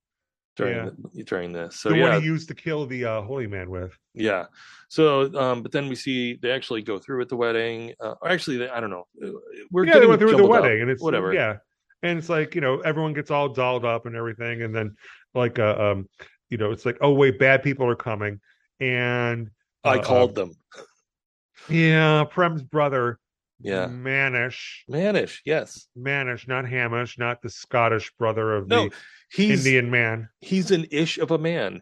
Speaker 2: during
Speaker 1: Yeah.
Speaker 2: the, during this. So
Speaker 1: the
Speaker 2: yeah,
Speaker 1: one he used to kill the uh, holy man with.
Speaker 2: yeah. So, um, but then we see they actually go through with the wedding. Uh, or actually, they, I don't know. uh, We're
Speaker 1: yeah, they went
Speaker 2: getting
Speaker 1: through the
Speaker 2: jumbled up.
Speaker 1: wedding, and it's
Speaker 2: Whatever.
Speaker 1: Yeah, and it's like you know everyone gets all dolled up and everything, and then like uh, um, you know it's like oh wait, bad people are coming, and
Speaker 2: I
Speaker 1: uh,
Speaker 2: called them.
Speaker 1: yeah, Prem's brother,
Speaker 2: Yeah.
Speaker 1: Manish,
Speaker 2: Manish. Yes.
Speaker 1: Manish, not Hamish, not the Scottish brother of
Speaker 2: No,
Speaker 1: the
Speaker 2: he's
Speaker 1: Indian man.
Speaker 2: he's an ish of a man.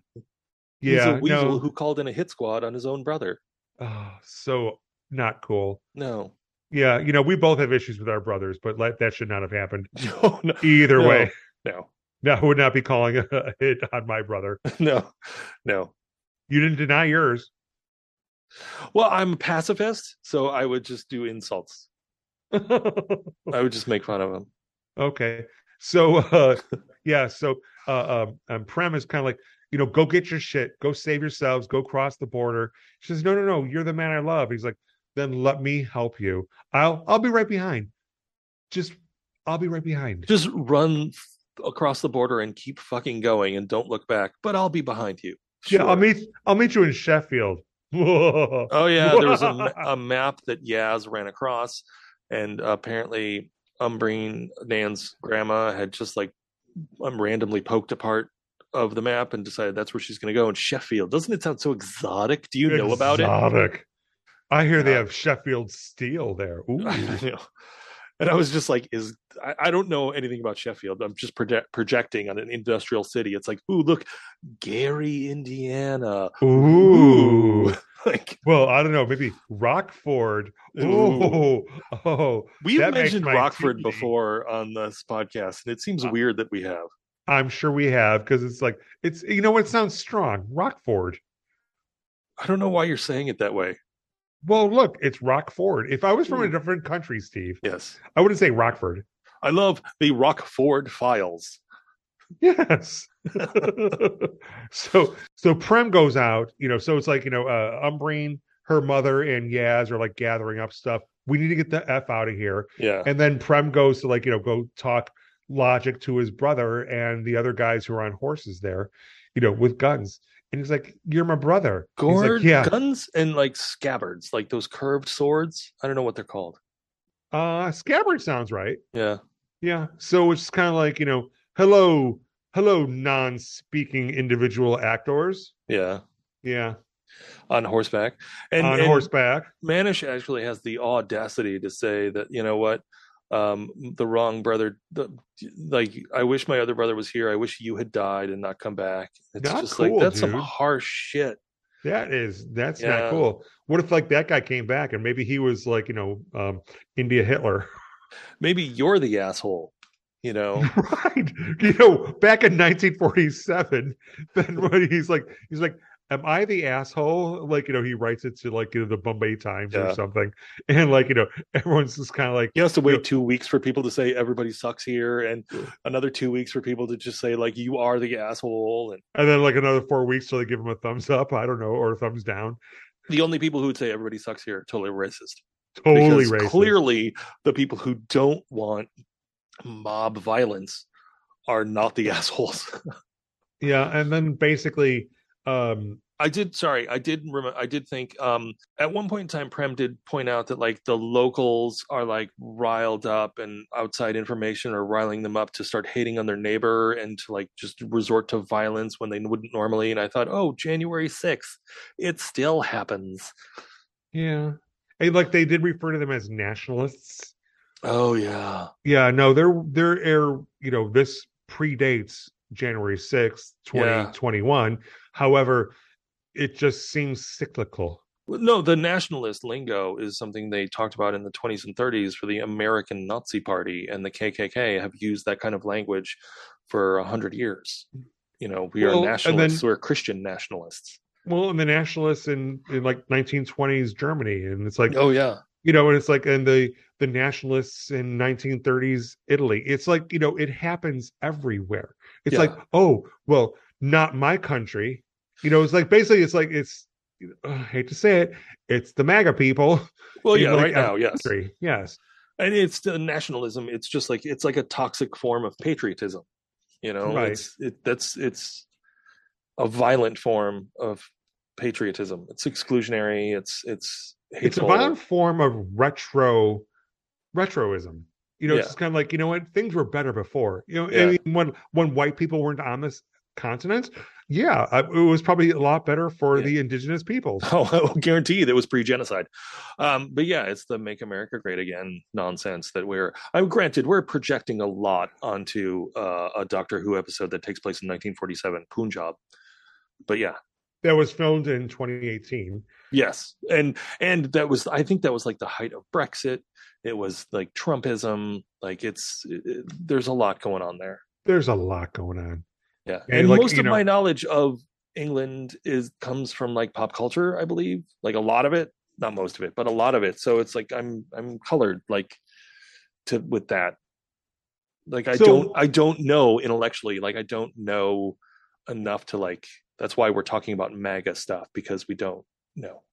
Speaker 1: Yeah,
Speaker 2: he's a weasel
Speaker 1: no,
Speaker 2: who called in a hit squad on his own brother.
Speaker 1: oh, so not cool.
Speaker 2: No,
Speaker 1: Yeah, you know we both have issues with our brothers, but like, that should not have happened
Speaker 2: no, no,
Speaker 1: either
Speaker 2: No.
Speaker 1: way.
Speaker 2: no,
Speaker 1: No, I would not be calling a hit on my brother.
Speaker 2: no, no.
Speaker 1: You didn't deny yours.
Speaker 2: Well, I'm a pacifist, so I would just do insults. I would just make fun of him.
Speaker 1: Okay. So uh yeah, so uh um, um Prem is kind of like, you know, go get your shit, go save yourselves, go cross the border. She says, No, no, no, you're the man I love. He's like, then let me help you. I'll I'll be right behind. Just I'll be right behind.
Speaker 2: Just run f- across the border and keep fucking going, and don't look back. But I'll be behind you.
Speaker 1: Yeah, I'll
Speaker 2: Sure.
Speaker 1: meet I'll meet you in Sheffield.
Speaker 2: Oh yeah, there was a, ma- a map that Yaz ran across, and apparently Umbreen Nan's grandma had just like um, randomly poked a part of the map and decided that's where she's going to go in Sheffield. Doesn't it sound so exotic? Do you know about it?
Speaker 1: Exotic. I hear they
Speaker 2: Yeah.
Speaker 1: have Sheffield steel there. Ooh.
Speaker 2: I know. And I was just like, "Is I, I don't know anything about Sheffield. I'm just proje- projecting on an industrial city. It's like, ooh, look, Gary, Indiana.
Speaker 1: Ooh.
Speaker 2: like,
Speaker 1: Well, I don't know, maybe Rockford.
Speaker 2: ooh.
Speaker 1: Oh, oh,
Speaker 2: We've
Speaker 1: That makes
Speaker 2: mentioned
Speaker 1: my
Speaker 2: Rockford
Speaker 1: tea.
Speaker 2: before on this podcast, and it seems weird that we have.
Speaker 1: I'm sure we have because it's like it's you know what it sounds strong, Rockford.
Speaker 2: I don't know why you're saying it that way.
Speaker 1: Well, look, it's Rockford. If I was from a different country, Steve,
Speaker 2: Yes.
Speaker 1: I wouldn't say Rockford.
Speaker 2: I love the Rockford files.
Speaker 1: Yes. so so Prem goes out, you know, so it's like, you know, uh Umbreen, her mother and Yaz are like gathering up stuff. We need to get the F out of here.
Speaker 2: Yeah.
Speaker 1: And then Prem goes to like, you know, go talk logic to his brother and the other guys who are on horses there, you know, with guns. And he's like, You're my brother. He's like,
Speaker 2: Gourd
Speaker 1: yeah.
Speaker 2: guns and like scabbards, like those curved swords. I don't know what they're called.
Speaker 1: Uh scabbard sounds right.
Speaker 2: Yeah.
Speaker 1: Yeah. So it's kind of like, you know, hello, hello, non-speaking individual actors.
Speaker 2: Yeah.
Speaker 1: Yeah.
Speaker 2: On horseback. And,
Speaker 1: on
Speaker 2: and
Speaker 1: horseback.
Speaker 2: Manish actually has the audacity to say that, you know what? Um, the wrong brother, the, like, I wish my other brother was here. I wish you had died and not come back. It's
Speaker 1: Not
Speaker 2: just
Speaker 1: cool,
Speaker 2: like, that's some
Speaker 1: dude.
Speaker 2: harsh shit.
Speaker 1: That is that's
Speaker 2: Yeah.
Speaker 1: not cool. What if like that guy came back and maybe he was like, you know, um India Hitler.
Speaker 2: Maybe you're the asshole, you know?
Speaker 1: right you know back in 1947 then when he's like he's like am i the asshole like you know he writes it to like you know, the bombay times
Speaker 2: Yeah.
Speaker 1: or something and like you know everyone's just kind of like
Speaker 2: He has to
Speaker 1: Yeah.
Speaker 2: wait two weeks for people to say everybody sucks here, and another two weeks for people to just say like you are the asshole. And
Speaker 1: and then like another four weeks till they give him a thumbs up i don't know or a thumbs down
Speaker 2: the only people who would say everybody sucks here are totally racist.
Speaker 1: totally
Speaker 2: Because
Speaker 1: racist
Speaker 2: Clearly, the people who don't want mob violence are not the assholes.
Speaker 1: yeah and then basically um
Speaker 2: I did. Sorry, I did. Remember, I did think um, at one point in time, Prem did point out that like the locals are like riled up, and outside information are riling them up to start hating on their neighbor and to like just resort to violence when they wouldn't normally. And I thought, oh, January sixth, it still happens.
Speaker 1: yeah and like they did refer to them as nationalists
Speaker 2: Oh yeah,
Speaker 1: yeah no they're they're air you know this predates january 6th
Speaker 2: Yeah.
Speaker 1: 2021 however it just seems cyclical
Speaker 2: no, the nationalist lingo is something they talked about in the twenties and thirties for the American Nazi Party and the KKK have used that kind of language for a hundred years. You know, we
Speaker 1: Well,
Speaker 2: are
Speaker 1: and
Speaker 2: nationalists.
Speaker 1: then-
Speaker 2: we're Christian nationalists.
Speaker 1: well and the nationalists in in like 1920s germany and it's like
Speaker 2: oh yeah,
Speaker 1: you know and it's like and the the nationalists in 1930s italy it's like you know it happens everywhere it's
Speaker 2: Yeah.
Speaker 1: like oh well not my country you know it's like basically it's like it's I hate to say it it's the maga people
Speaker 2: well
Speaker 1: You
Speaker 2: Oh, yeah,
Speaker 1: like
Speaker 2: right
Speaker 1: our
Speaker 2: now yes,
Speaker 1: country. yes
Speaker 2: and it's the nationalism. It's just like it's like a toxic form of patriotism. You know,
Speaker 1: Right.
Speaker 2: it's it that's it's a violent form of patriotism. It's exclusionary. It's it's
Speaker 1: It's a
Speaker 2: hateful.
Speaker 1: violent form of retro retroism. You know, it's
Speaker 2: Yeah.
Speaker 1: just kind of like you know what things were better before. You know,
Speaker 2: Yeah.
Speaker 1: I mean, when when white people weren't on this continent, yeah, uh, it was probably a lot better for
Speaker 2: Yeah.
Speaker 1: the indigenous peoples.
Speaker 2: Oh, I will guarantee you that was pre-genocide. Um, but yeah, it's the "Make America Great Again" nonsense that we're. I'm granted we're projecting a lot onto uh, a Doctor Who episode that takes place in 1947, Punjab. But yeah,
Speaker 1: That was filmed in 2018.
Speaker 2: yes, and and that was I think that was like the height of Brexit. It was like Trumpism. Like it's it- it- there's a lot going on there.
Speaker 1: There's a lot going on.
Speaker 2: Yeah,
Speaker 1: And,
Speaker 2: and,
Speaker 1: like,
Speaker 2: most
Speaker 1: you
Speaker 2: of
Speaker 1: know-
Speaker 2: my knowledge of England is comes from like pop culture, I believe. Like a lot of it, not most of it, but a lot of it. So it's like I'm I'm colored like to with that. Like I
Speaker 1: So-
Speaker 2: don't I don't know intellectually. Like I don't know enough to like. That's why we're talking about MAGA stuff because we don't know.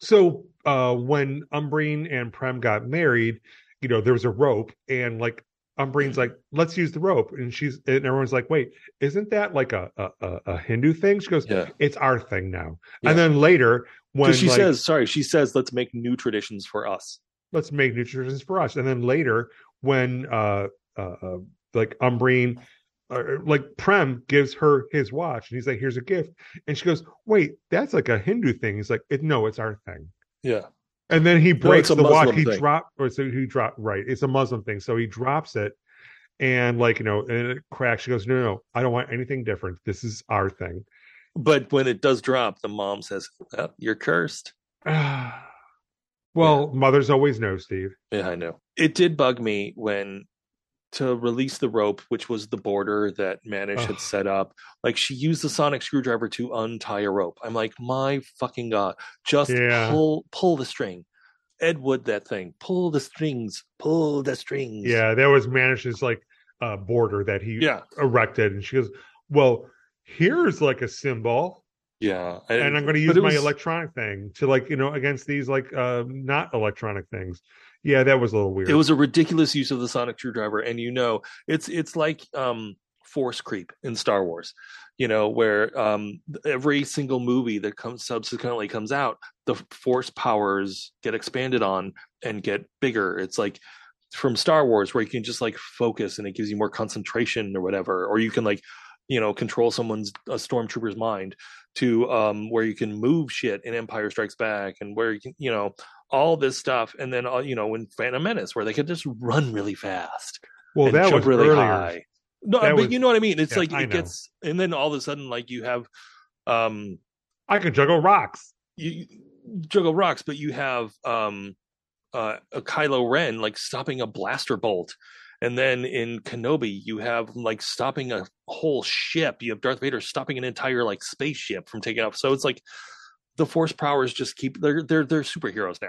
Speaker 1: So uh, when Umbreen and Prem got married, you know, there was a rope, and like Umbreen's like, "Let's use the rope," and she's and everyone's like, "Wait, isn't that like a a, a- a Hindu thing?" She goes,
Speaker 2: Yeah,
Speaker 1: "It's our thing now."
Speaker 2: Yeah.
Speaker 1: And then later, when
Speaker 2: because she
Speaker 1: like,
Speaker 2: says sorry. She says let's make new traditions for us.
Speaker 1: let's make new traditions for us. And then later, when uh, uh, uh like Umbreen, or like Prem gives her his watch, and he's like, "Here's a gift," and she goes, "Wait, that's like a Hindu thing." He's like, it, "No, it's our thing."
Speaker 2: Yeah,
Speaker 1: And then he breaks
Speaker 2: a
Speaker 1: the watch.
Speaker 2: Muslim
Speaker 1: He
Speaker 2: thing.
Speaker 1: dropped, or so he dropped. Right, it's a Muslim thing. So he drops it, and like you know, and it cracks. She goes, "No, no, no, I don't want anything different. This is our thing."
Speaker 2: but when it does drop, the mom says, "Ah, "You're cursed."
Speaker 1: well, mothers always know, Steve.
Speaker 2: Yeah, I know. It did bug me when to release the rope, which was the border that Manish
Speaker 1: Ugh.
Speaker 2: had set up. Like she used the sonic screwdriver to untie a rope. I'm like, my fucking god, just
Speaker 1: Yeah.
Speaker 2: pull pull the string. Ed Wood, that thing. Pull the strings. Pull the strings.
Speaker 1: Yeah, that was Manish's like uh, border that he
Speaker 2: Yeah.
Speaker 1: erected, and she goes, "Well, here's like a symbol,
Speaker 2: Yeah.
Speaker 1: and I'm going to
Speaker 2: but
Speaker 1: use
Speaker 2: it
Speaker 1: my
Speaker 2: was-
Speaker 1: electronic thing to like you know against these like uh, not electronic things." Yeah, that was a little weird.
Speaker 2: It was a ridiculous use of the sonic screwdriver, and you know, it's it's like um, force creep in Star Wars, you know, where um, every single movie that comes subsequently comes out, the force powers get expanded on and get bigger. It's like from Star Wars where you can just like focus and it gives you more concentration or whatever, or you can like you know control someone's a stormtrooper's mind to um where you can move shit in empire strikes back and where you can you know all this stuff, and then all you know in Phantom Menace where they could just run really fast
Speaker 1: well,
Speaker 2: and
Speaker 1: that
Speaker 2: jump
Speaker 1: was
Speaker 2: really
Speaker 1: earlier.
Speaker 2: high. No,
Speaker 1: That
Speaker 2: but
Speaker 1: was-
Speaker 2: you know what I mean. It's
Speaker 1: yeah,
Speaker 2: like
Speaker 1: I
Speaker 2: it
Speaker 1: know.
Speaker 2: gets, and then all of a sudden, like you have, um,
Speaker 1: I could juggle rocks.
Speaker 2: you you juggle rocks, but you have um, uh, a Kylo Ren like stopping a blaster bolt, and then in Kenobi you have like stopping a whole ship. You have Darth Vader stopping an entire like spaceship from taking off. So it's like the Force powers just keep they're they're they're superheroes now.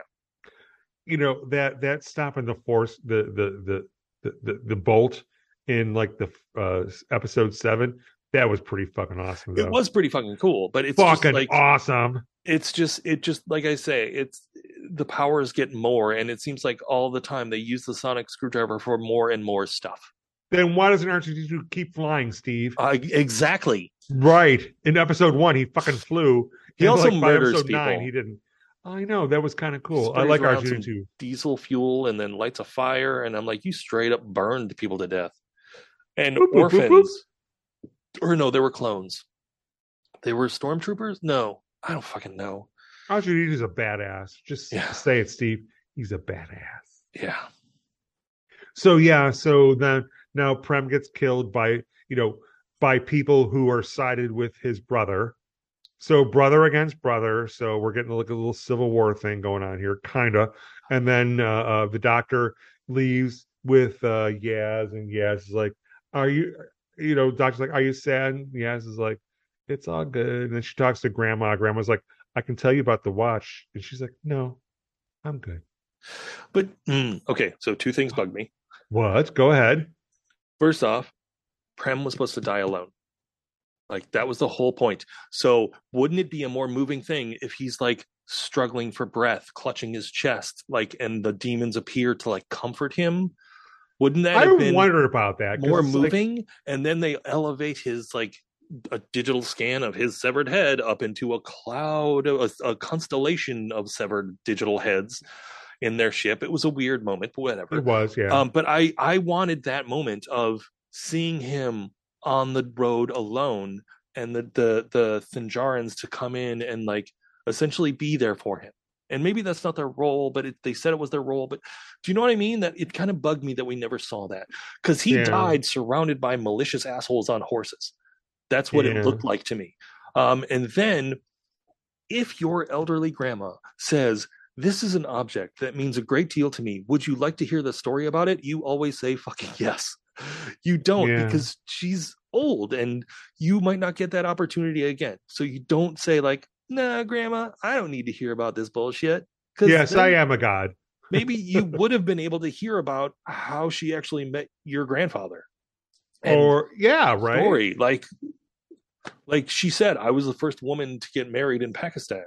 Speaker 1: You know that that stopping the force, the the the the the, the bolt in like the uh episode seven. That was pretty fucking awesome. Though.
Speaker 2: It was pretty fucking cool, but it's just
Speaker 1: fucking
Speaker 2: like
Speaker 1: awesome.
Speaker 2: it's just it just like I say, it's the powers get more, and it seems like all the time they use the sonic screwdriver for more and more stuff.
Speaker 1: Then why doesn't R2D2 keep flying, Steve?
Speaker 2: Uh, exactly.
Speaker 1: Right. In episode one, he fucking flew.
Speaker 2: He
Speaker 1: And,
Speaker 2: also
Speaker 1: by
Speaker 2: murders
Speaker 1: episode Nine,
Speaker 2: people.
Speaker 1: he didn't. I know that was kind of cool. I
Speaker 2: Sprays
Speaker 1: like
Speaker 2: around
Speaker 1: R two two.
Speaker 2: Diesel fuel and then lights a fire, and I'm like, you straight up burned people to death. And
Speaker 1: Boop, boop, boop,
Speaker 2: orphans, or no, they were clones. They were stormtroopers. No, I don't fucking know.
Speaker 1: R two is a badass. Just
Speaker 2: Yeah.
Speaker 1: say it, Steve. He's a badass.
Speaker 2: Yeah,
Speaker 1: So yeah. So then now Prem gets killed by you know by people who are sided with his brother. So brother against brother. So we're getting like a little civil war thing going on here, kinda. And then uh, uh, the doctor leaves with uh, Yaz, and Yaz is like, "Are you?" You know, doctor's like, "Are you sad?" And Yaz is like, "It's all good." And then she talks to grandma. Grandma's like, "I can tell you about the watch," and she's like, "No, I'm good."
Speaker 2: but mm, okay. So two things bug me.
Speaker 1: What? Go ahead.
Speaker 2: first off, Prem was supposed to die alone. Like that was the whole point. So wouldn't it be a more moving thing if he's like struggling for breath, clutching his chest, like and the demons appear to like comfort him? Wouldn't that
Speaker 1: I
Speaker 2: have been
Speaker 1: wondered about that. 'cause
Speaker 2: more
Speaker 1: it's like-
Speaker 2: moving? and then they elevate his like a digital scan of his severed head up into a cloud, a, a constellation of severed digital heads in their ship. It was a weird moment, but whatever.
Speaker 1: It was, yeah.
Speaker 2: Um, but I I wanted that moment of seeing him on the road alone, and the the the Sinjarans to come in and like essentially be there for him. And maybe that's not their role, but it, they said it was their role. But do you know what I mean? That it kind of bugged me that we never saw that because he
Speaker 1: Yeah.
Speaker 2: died surrounded by malicious assholes on horses. That's what
Speaker 1: Yeah.
Speaker 2: it looked like to me. Um, and then, if your elderly grandma says, This is an object that means a great deal to me, would you like to hear the story about it? You always say, Fucking yes. You don't
Speaker 1: Yeah.
Speaker 2: because she's old and you might not get that opportunity again. So you don't say, like, Nah, grandma, I don't need to hear about this bullshit. 'Cause
Speaker 1: yes,
Speaker 2: then-
Speaker 1: I am a god.
Speaker 2: maybe you would have been able to hear about how she actually met your grandfather and
Speaker 1: Or yeah, right.
Speaker 2: story. Like, like she said, I was the first woman to get married in Pakistan,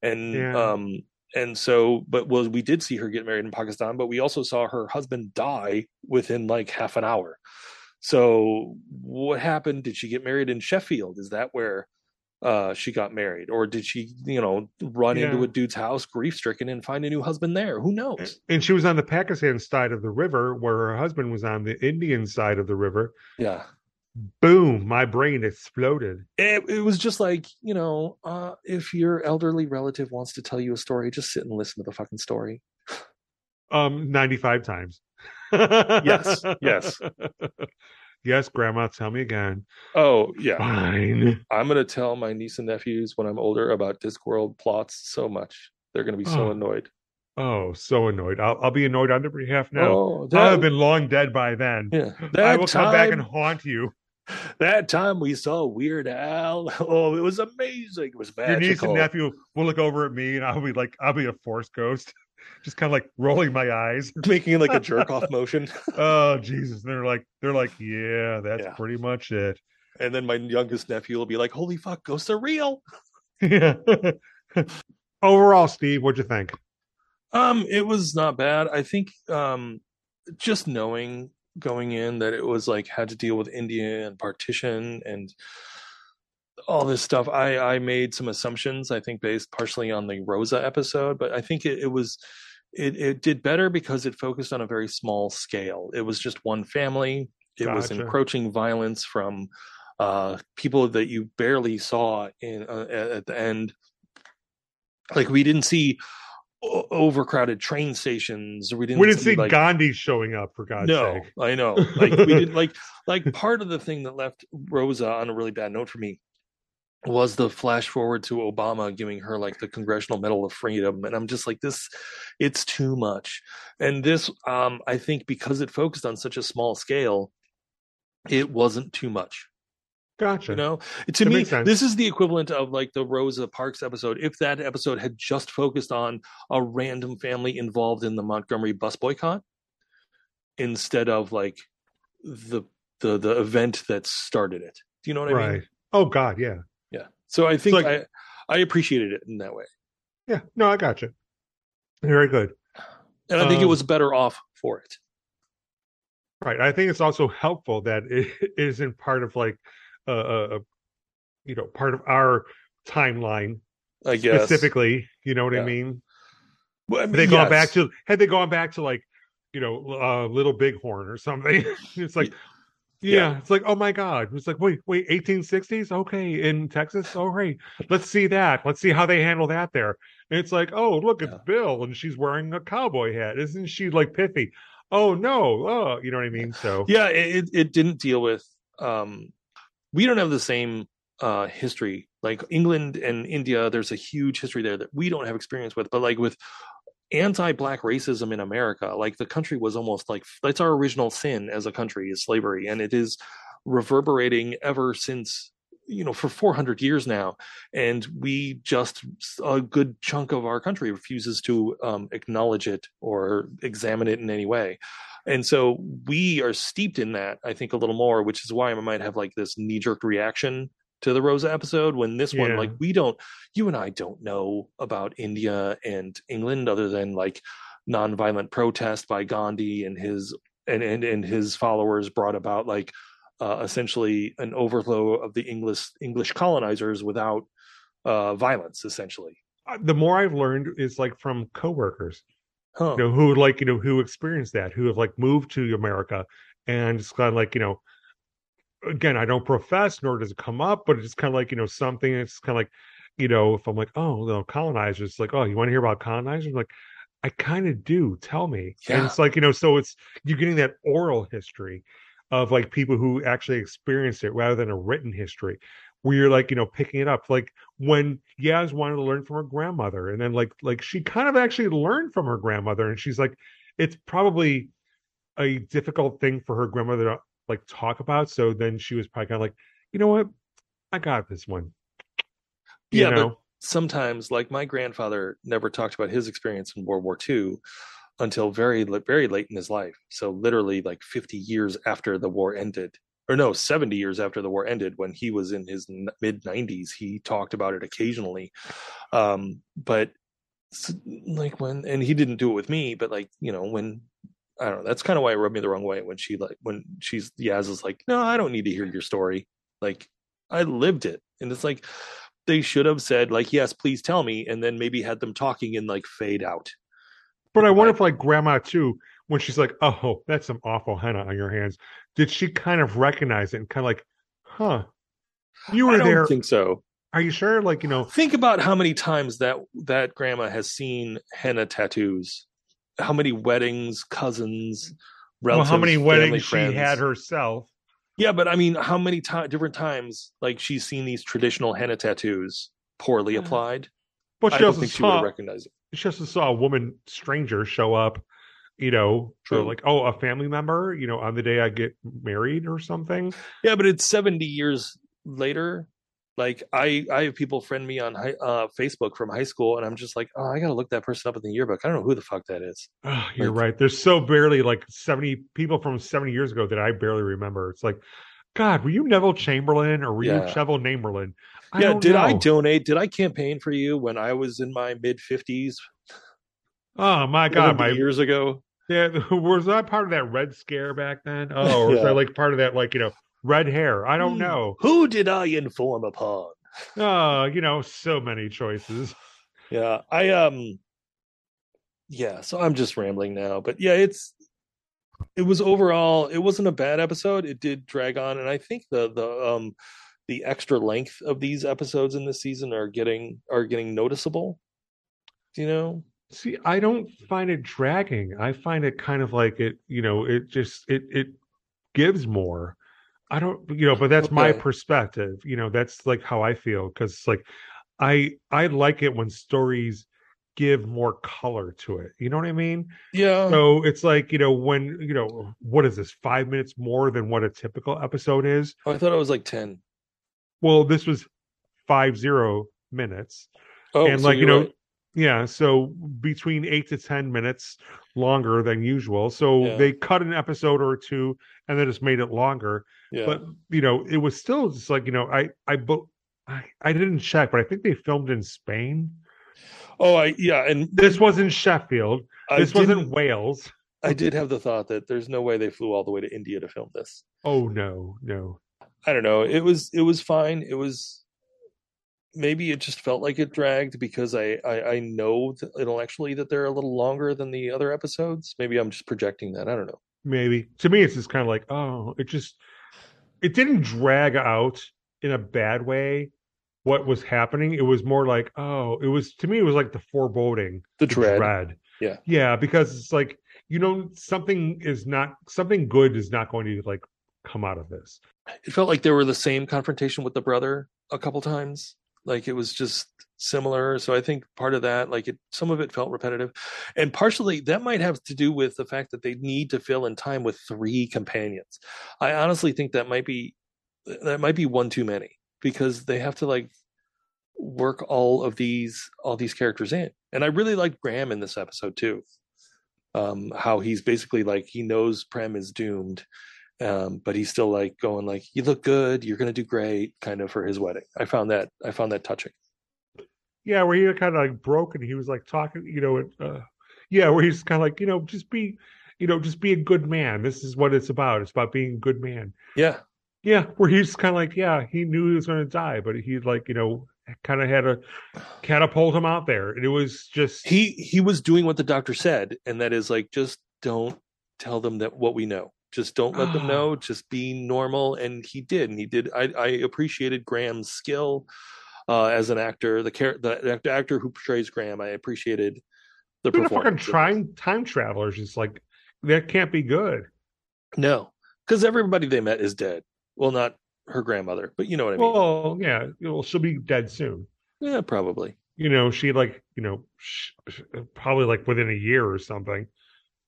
Speaker 2: and
Speaker 1: Yeah.
Speaker 2: um, and so, but well, we did see her get married in Pakistan, but we also saw her husband die within like half an hour. So, what happened? Did she get married in Sheffield? Is that where? uh she got married or did she you know run into
Speaker 1: Yeah.
Speaker 2: a dude's house grief stricken and find a new husband there who knows
Speaker 1: And she was on the Pakistan side of the river where her husband was on the Indian side of the river.
Speaker 2: Yeah.
Speaker 1: Boom, my brain exploded.
Speaker 2: It, it was just like, you know, uh, if your elderly relative wants to tell you a story, just sit and listen to the fucking story.
Speaker 1: Um 95 times.
Speaker 2: Yes, yes.
Speaker 1: Yes, grandma, tell me again.
Speaker 2: Oh, yeah.
Speaker 1: Fine.
Speaker 2: I'm going to tell my niece and nephews when I'm older about Discworld plots so much. They're going to be so
Speaker 1: Oh,
Speaker 2: annoyed.
Speaker 1: Oh, so annoyed. I'll, I'll be annoyed on their behalf now.
Speaker 2: Oh,
Speaker 1: I'll
Speaker 2: that,
Speaker 1: have been long dead by then.
Speaker 2: yeah,
Speaker 1: I
Speaker 2: that
Speaker 1: will
Speaker 2: time,
Speaker 1: come back and haunt you.
Speaker 2: that time we saw Weird Al. Oh, it was amazing. It was
Speaker 1: Your
Speaker 2: magical.
Speaker 1: niece and nephew will look over at me, and I'll be like, I'll be a force ghost, just kind of like rolling my eyes.
Speaker 2: Making like a jerk off motion.
Speaker 1: Oh Jesus! And they're like, they're like, yeah, that's
Speaker 2: Yeah.
Speaker 1: pretty much it.
Speaker 2: And then my youngest nephew will be like, holy fuck, ghosts are real.
Speaker 1: Yeah. Overall, Steve, what'd you think?
Speaker 2: Um, it was not bad. I think um just knowing going in that it was like had to deal with India and partition and all this stuff. I I made some assumptions, I think based partially on the Rosa episode, but I think it, it was it it did better because it focused on a very small scale. It was just one family. It was
Speaker 1: Gotcha.
Speaker 2: encroaching violence from uh people that you barely saw in uh, at at the end. Like we didn't see o- overcrowded train stations. We didn't
Speaker 1: we didn't see
Speaker 2: like,
Speaker 1: Gandhi showing up for God's
Speaker 2: no,
Speaker 1: sake.
Speaker 2: I know. Like we didn't like like part of the thing that left Rosa on a really bad note for me was the flash forward to Obama giving her like the Congressional Medal of Freedom. And I'm just like, this it's too much. And this um I think because it focused on such a small scale, it wasn't too much.
Speaker 1: Gotcha.
Speaker 2: You know, to
Speaker 1: That
Speaker 2: me,
Speaker 1: makes sense.
Speaker 2: this is the equivalent of like the Rosa Parks episode. If that episode had just focused on a random family involved in the Montgomery bus boycott, instead of like the the the event that started it. Do you know what I
Speaker 1: right?
Speaker 2: mean?
Speaker 1: Oh God, yeah,
Speaker 2: Yeah. So I think
Speaker 1: like-
Speaker 2: I I appreciated it in that way,
Speaker 1: yeah. No, I gotcha. Very good.
Speaker 2: and I think it
Speaker 1: Um,
Speaker 2: was better off for it.
Speaker 1: Right. I think it's also helpful that it isn't part of like a, a, a you know part of our timeline
Speaker 2: I guess
Speaker 1: specifically. You know what I
Speaker 2: Yeah.
Speaker 1: mean?
Speaker 2: Well, I
Speaker 1: Had
Speaker 2: mean,
Speaker 1: they gone back
Speaker 2: yes.
Speaker 1: to had they gone back to like you know uh, Little Bighorn or something. it's like. Yeah.
Speaker 2: Yeah.
Speaker 1: it's like oh my god! It's like wait, wait, 1860s, okay, in Texas, all right. Let's see that. Let's see how they handle that there. And it's like oh look, it's
Speaker 2: Yeah.
Speaker 1: Bill, and she's wearing a cowboy hat. Isn't she like pithy? Oh no, oh, you know what I mean. So
Speaker 2: yeah it, it- it didn't deal with um we don't have the same uh history like england and india there's a huge history there that we don't have experience with but like with anti-black racism in america like the country was almost like that's our original sin as a country is slavery and it is reverberating ever since you know for 400 years now and we just a good chunk of our country refuses to um, acknowledge it or examine it in any way and so we are steeped in that i think a little more which is why i might have like this knee-jerk reaction to the rosa episode when this one
Speaker 1: Yeah.
Speaker 2: like we don't you and i don't know about india and england other than like nonviolent protest by gandhi and his and and, and his followers brought about like uh, essentially an overthrow of the English English colonizers without uh, violence, essentially.
Speaker 1: Uh, The more I've learned is like from coworkers,
Speaker 2: Huh.
Speaker 1: you know, who like, you know, who experienced that, who have like moved to America and it's kind of like, you know, again, I don't profess nor does it come up, but it's kind of like, you know, something it's kind of like, you know, if I'm like, oh, no, colonizers, it's like, oh, you want to hear about colonizers? I'm like, I kind of do. Tell me. And
Speaker 2: Yeah.
Speaker 1: it's like, you know, so it's, you're getting that oral history of like people who actually experienced it rather than a written history where you're like, you know, picking it up. Like when Yaz wanted to learn from her grandmother and then like, like she kind of actually learned from her grandmother and she's like, it's probably a difficult thing for her grandmother to like talk about. So then she was probably kind of like, you know what? I got this one. You
Speaker 2: Yeah, but-
Speaker 1: know?
Speaker 2: sometimes like my grandfather never talked about his experience in world war ii until very li- very late in his life so literally like 50 years after the war ended or no 70 years after the war ended when he was in his n- mid 90s he talked about it occasionally um but s- like when and he didn't do it with me but like you know when i don't know that's kind of why it rubbed me the wrong way when she like when she's yaz is like no i don't need to hear your story like i lived it and it's like they should have said like yes please tell me and then maybe had them talking and like fade out
Speaker 1: But I wonder
Speaker 2: Right.
Speaker 1: if like grandma too, when she's like, "Oh, that's some awful henna on your hands," did she kind of recognize it and kind of like, "Huh, you
Speaker 2: i
Speaker 1: were
Speaker 2: don't
Speaker 1: there?
Speaker 2: think so
Speaker 1: Are you sure?" Like you know,
Speaker 2: think about how many times that that grandma has seen henna tattoos how many weddings cousins
Speaker 1: well,
Speaker 2: relatives
Speaker 1: how many
Speaker 2: family,
Speaker 1: weddings
Speaker 2: friends.
Speaker 1: she had herself?
Speaker 2: yeah but i mean how many times different times like she's seen these traditional henna tattoos poorly
Speaker 1: Yeah.
Speaker 2: applied
Speaker 1: But
Speaker 2: i
Speaker 1: she
Speaker 2: don't
Speaker 1: also
Speaker 2: think she would
Speaker 1: saw
Speaker 2: have recognized it
Speaker 1: she also saw a woman stranger show up, you know, or
Speaker 2: True.
Speaker 1: like oh, a family member, you know, on the day I get married or something.
Speaker 2: yeah but it's 70 years later like i i have people friend me on hi- uh facebook from high school and i'm just like oh i gotta look that person up in the yearbook i don't know who the fuck that is
Speaker 1: Oh, you're
Speaker 2: Like-
Speaker 1: right. There's so barely like 70 people from 70 years ago that I barely remember. It's like, God, were you Neville Chamberlain or were
Speaker 2: Yeah.
Speaker 1: you Chevel Chamberlain?
Speaker 2: yeah did i
Speaker 1: know.
Speaker 2: donate did i campaign for you when i was in my mid 50s
Speaker 1: Oh my God, my
Speaker 2: years ago
Speaker 1: yeah, was I part of that red scare back then? Oh, or was
Speaker 2: Yeah. Hmm.
Speaker 1: I like part of that like you know red hair? I don't know.
Speaker 2: who did i inform upon
Speaker 1: Uh, you know, so many choices.
Speaker 2: yeah i um yeah so i'm just rambling now but yeah it's it was overall it wasn't a bad episode it did drag on and i think the the um the extra length of these episodes in this season are getting are getting noticeable do you know
Speaker 1: See, I don't find it dragging. I find it kind of like it, you know, it just it it gives more. I don't, you know, but that's my
Speaker 2: Okay.
Speaker 1: perspective. You know, that's like how I feel because like I I like it when stories give more color to it. You know what I mean?
Speaker 2: yeah
Speaker 1: So it's like you know when you know what is this five minutes more than what a typical episode is?
Speaker 2: Oh, i thought it was like 10
Speaker 1: Well, this was five zero minutes
Speaker 2: oh
Speaker 1: and
Speaker 2: so
Speaker 1: like you
Speaker 2: you're
Speaker 1: know
Speaker 2: right.
Speaker 1: yeah so between eight to ten minutes longer than usual so
Speaker 2: Yeah.
Speaker 1: they cut an episode or two and then just made it longer
Speaker 2: yeah
Speaker 1: but you know it was still just like you know i i bo- I, I didn't check but i think they filmed in spain
Speaker 2: oh i yeah and
Speaker 1: this wasn't sheffield
Speaker 2: I
Speaker 1: this wasn't
Speaker 2: didn't-
Speaker 1: wales
Speaker 2: i did have the thought that there's no way they flew all the way to india to film this
Speaker 1: oh no no
Speaker 2: I don't know. It was it was fine. It was maybe it just felt like it dragged because I I, I know th- intellectually that they're a little longer than the other episodes. Maybe I'm just projecting that. I don't know.
Speaker 1: maybe to me it's just kind of like oh it just it didn't drag out in a bad way what was happening it was more like oh it was to me it was like the foreboding
Speaker 2: The dread. Yeah.
Speaker 1: Yeah. Yeah, because it's like you know something is not something good is not going to like come out of this.
Speaker 2: It felt like there were the same confrontation with the brother a couple times. Like it was just similar. So I think part of that, like it, some of it felt repetitive, and partially that might have to do with the fact that they need to fill in time with three companions. I honestly think that might be that might be one too many because they have to like work all of these all these characters in. And I really liked Graham in this episode too. Um how he's basically like he knows Prem is doomed um but he's still like going like you look good, you're going to do great kind of for his wedding. I found that I found that touching.
Speaker 1: Yeah, where he kind of like broke and he was like talking, you know, and, uh, yeah, where he's kind of like you know just be, you know, just be a good man. This is what it's about. It's about being a good man.
Speaker 2: Yeah.
Speaker 1: Yeah, where he's kind of like, yeah, he knew he was going to die, but he like, you know, kind of had to catapult him out there, and it was just
Speaker 2: He he was doing what the doctor said, and that is like just don't tell them that what we know. Just don't let them know. Just be normal. And he did, and he did. I, I appreciated Graham's skill uh, as an actor. The char- the act- actor who portrays Graham, I appreciated the
Speaker 1: Who the
Speaker 2: performance.
Speaker 1: fucking time time travelers is like that can't be good.
Speaker 2: No, because everybody they met is dead. Well, not her grandmother, but you know what I mean.
Speaker 1: Well, yeah, well, she'll be dead soon.
Speaker 2: yeah, probably.
Speaker 1: You know, she like you know sh- sh- probably like within a year or something.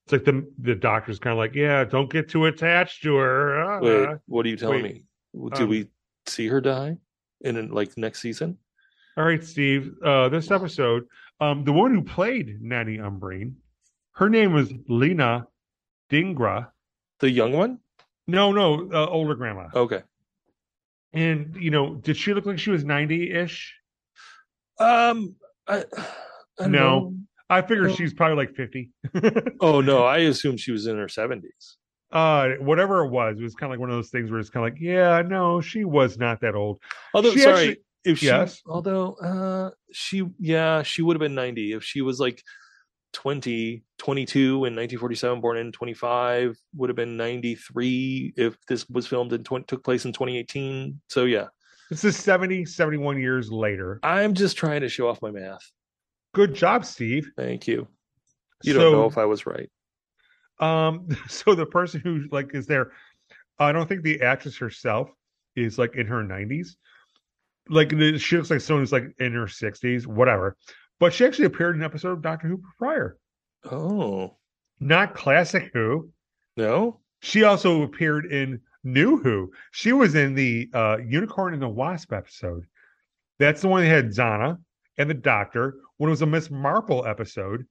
Speaker 1: It's like the the doctor's kind of like, yeah, don't get too attached to her. Ah.
Speaker 2: Wait, what are you telling
Speaker 1: wait,
Speaker 2: me? Do
Speaker 1: um,
Speaker 2: we see her die in, in like next season?
Speaker 1: All right, Steve. Uh, this episode, um, the one who played Nanny Umbreen, her name was Lena Dingra.
Speaker 2: The young one?
Speaker 1: No, no, uh, older grandma.
Speaker 2: Okay.
Speaker 1: And you know, did she look like she was ninety ish?
Speaker 2: Um, I, I don't
Speaker 1: No.
Speaker 2: know.
Speaker 1: I figure
Speaker 2: Oh.
Speaker 1: she's probably like fifty.
Speaker 2: Oh no, I assume she was in her seventies.
Speaker 1: uh, whatever it was, it was kind of like one of those things where it's kind of like, yeah, no, she was not that old.
Speaker 2: Although,
Speaker 1: She
Speaker 2: sorry,
Speaker 1: actually-
Speaker 2: if she,
Speaker 1: Yes.
Speaker 2: although, uh, she, yeah, she would have been ninety if she was like 20, 22 in 1947, born in 25, would have been 93 if this was filmed and 20, took place in 2018. So yeah,
Speaker 1: This is 70, 71 years later.
Speaker 2: I'm just trying to show off my math.
Speaker 1: Good job, Steve.
Speaker 2: Thank you. You don't
Speaker 1: So-
Speaker 2: know if I was right.
Speaker 1: um so the person who like is there i don't think the actress herself is like in her 90s like the- she looks like someone who's like in her 60s whatever but she actually appeared in an episode of doctor who prior
Speaker 2: Oh
Speaker 1: not classic who
Speaker 2: no,
Speaker 1: she also appeared in new who she was in the uh unicorn and the wasp episode that's the one that had zana and the doctor when it was a miss marple episode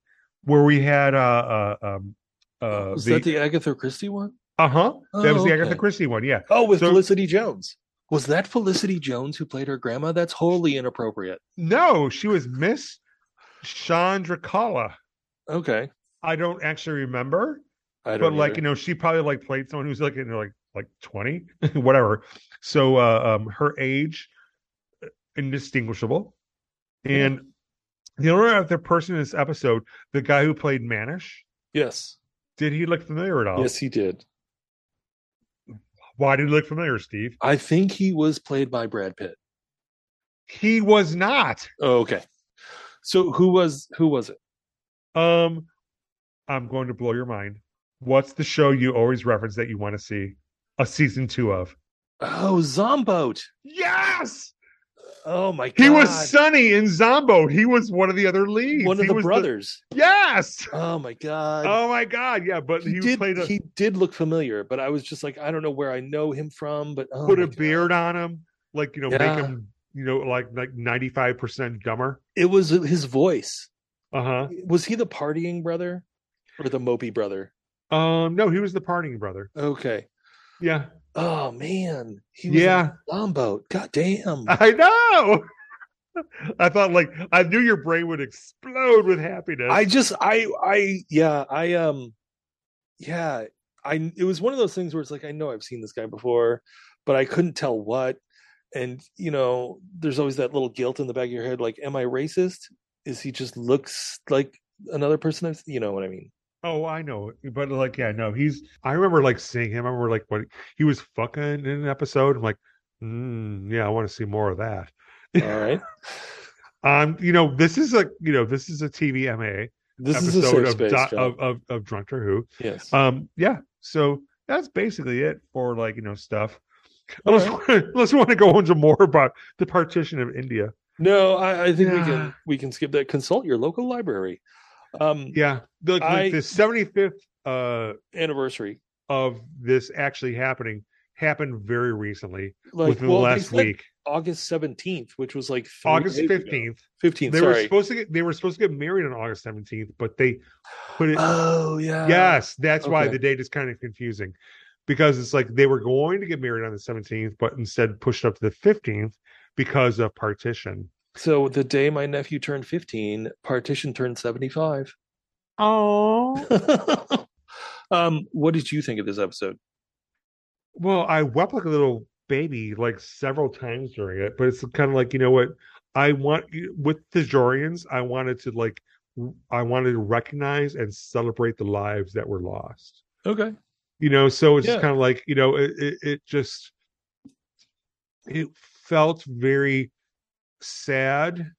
Speaker 1: where we had uh uh um uh
Speaker 2: was that the Agatha Christie one?
Speaker 1: Uh huh. that was
Speaker 2: Oh,
Speaker 1: the Agatha
Speaker 2: okay.
Speaker 1: Christie one. Yeah.
Speaker 2: Oh, with
Speaker 1: So-
Speaker 2: Felicity Jones. Was that Felicity Jones who played her grandma? That's wholly inappropriate.
Speaker 1: No, she was Miss Chandra Kala.
Speaker 2: Okay,
Speaker 1: I don't actually remember,
Speaker 2: I
Speaker 1: but
Speaker 2: don't.
Speaker 1: like
Speaker 2: either.
Speaker 1: you know, she probably like played someone who's like in like like twenty, whatever. So uh, um, her age uh, indistinguishable, and the other other person in this episode, the guy who played Manish,
Speaker 2: yes,
Speaker 1: did he look familiar at all?
Speaker 2: yes, he did.
Speaker 1: Why did he look familiar, Steve?
Speaker 2: I think he was played by Brad Pitt.
Speaker 1: He was not.
Speaker 2: Oh, okay, so who was who was it?
Speaker 1: Um, I'm going to blow your mind. What's the show you always reference that you want to see a season two of?
Speaker 2: Oh, Zomboat.
Speaker 1: Yes,
Speaker 2: Oh my god,
Speaker 1: he was Sonny in Zombo. He was one of the other leads.
Speaker 2: one of
Speaker 1: He
Speaker 2: the
Speaker 1: was
Speaker 2: brothers.
Speaker 1: Yes.
Speaker 2: Oh my god.
Speaker 1: Oh my God. Yeah, but
Speaker 2: he,
Speaker 1: he,
Speaker 2: did.
Speaker 1: played a,
Speaker 2: he did look familiar, but I was just like, I don't know where I know him from. But oh
Speaker 1: put
Speaker 2: my
Speaker 1: a
Speaker 2: God.
Speaker 1: beard on him, like you know,
Speaker 2: Yeah.
Speaker 1: make him you know like like ninety five percent dumber.
Speaker 2: It was his voice.
Speaker 1: Uh
Speaker 2: Was he the partying brother or the mopey brother?
Speaker 1: huh. Um, no, he was the partying brother.
Speaker 2: Okay.
Speaker 1: Yeah,
Speaker 2: Oh man, he was
Speaker 1: Yeah.
Speaker 2: yeah. Lomboat. God damn.
Speaker 1: I know. I thought like I knew your brain would explode with happiness.
Speaker 2: I just I I yeah I um yeah I it was one of those things where it's like I know I've seen this guy before, but I couldn't tell what. And you know, there's always that little guilt in the back of your head, like, am I racist? Is he just looks like another person? I've, you know what I mean?
Speaker 1: Oh, I know, but like, yeah, no, he's. I remember like seeing him. I remember like when he was fucking in an episode. I'm like, mm, yeah, I want to see more of that.
Speaker 2: All right,
Speaker 1: Um, you know, this is a you know this is a TVMA
Speaker 2: this is a
Speaker 1: episode
Speaker 2: safe
Speaker 1: of,
Speaker 2: space.
Speaker 1: Do-
Speaker 2: John.
Speaker 1: of of of Drunker Who.
Speaker 2: yes.
Speaker 1: Um, yeah, so that's basically it for like you know stuff.
Speaker 2: All
Speaker 1: Unless unless you want to go into more about the partition of India.
Speaker 2: no, I, I think we
Speaker 1: Yeah.
Speaker 2: can we can skip that. Consult your local library. Um,
Speaker 1: Yeah, the, like,
Speaker 2: I-
Speaker 1: the 75th uh
Speaker 2: anniversary.
Speaker 1: of this actually happening happened very recently
Speaker 2: Like
Speaker 1: within
Speaker 2: well,
Speaker 1: the
Speaker 2: they
Speaker 1: last
Speaker 2: said
Speaker 1: week.
Speaker 2: August seventeenth, which was like three
Speaker 1: August
Speaker 2: days ago.
Speaker 1: fifteenth.
Speaker 2: 15
Speaker 1: They were
Speaker 2: sorry
Speaker 1: supposed to get they were supposed to get married on August seventeenth, but they put it.
Speaker 2: oh yeah
Speaker 1: yes, that's why
Speaker 2: okay.
Speaker 1: the date is kind of confusing, because it's like they were going to get married on the seventeenth, but instead pushed up to the fifteenth because of partition.
Speaker 2: so the day my nephew turned 15 partition turned 75
Speaker 1: Oh
Speaker 2: um what did you think of this episode
Speaker 1: well, I wept like a little baby like several times during it, but it's kind of like you know what I want with Thajorians. I wanted to like I wanted to recognize and celebrate the lives that were lost.
Speaker 2: Okay.
Speaker 1: You know, so it's
Speaker 2: Yeah.
Speaker 1: just kind of like you know it, it it just it felt very sad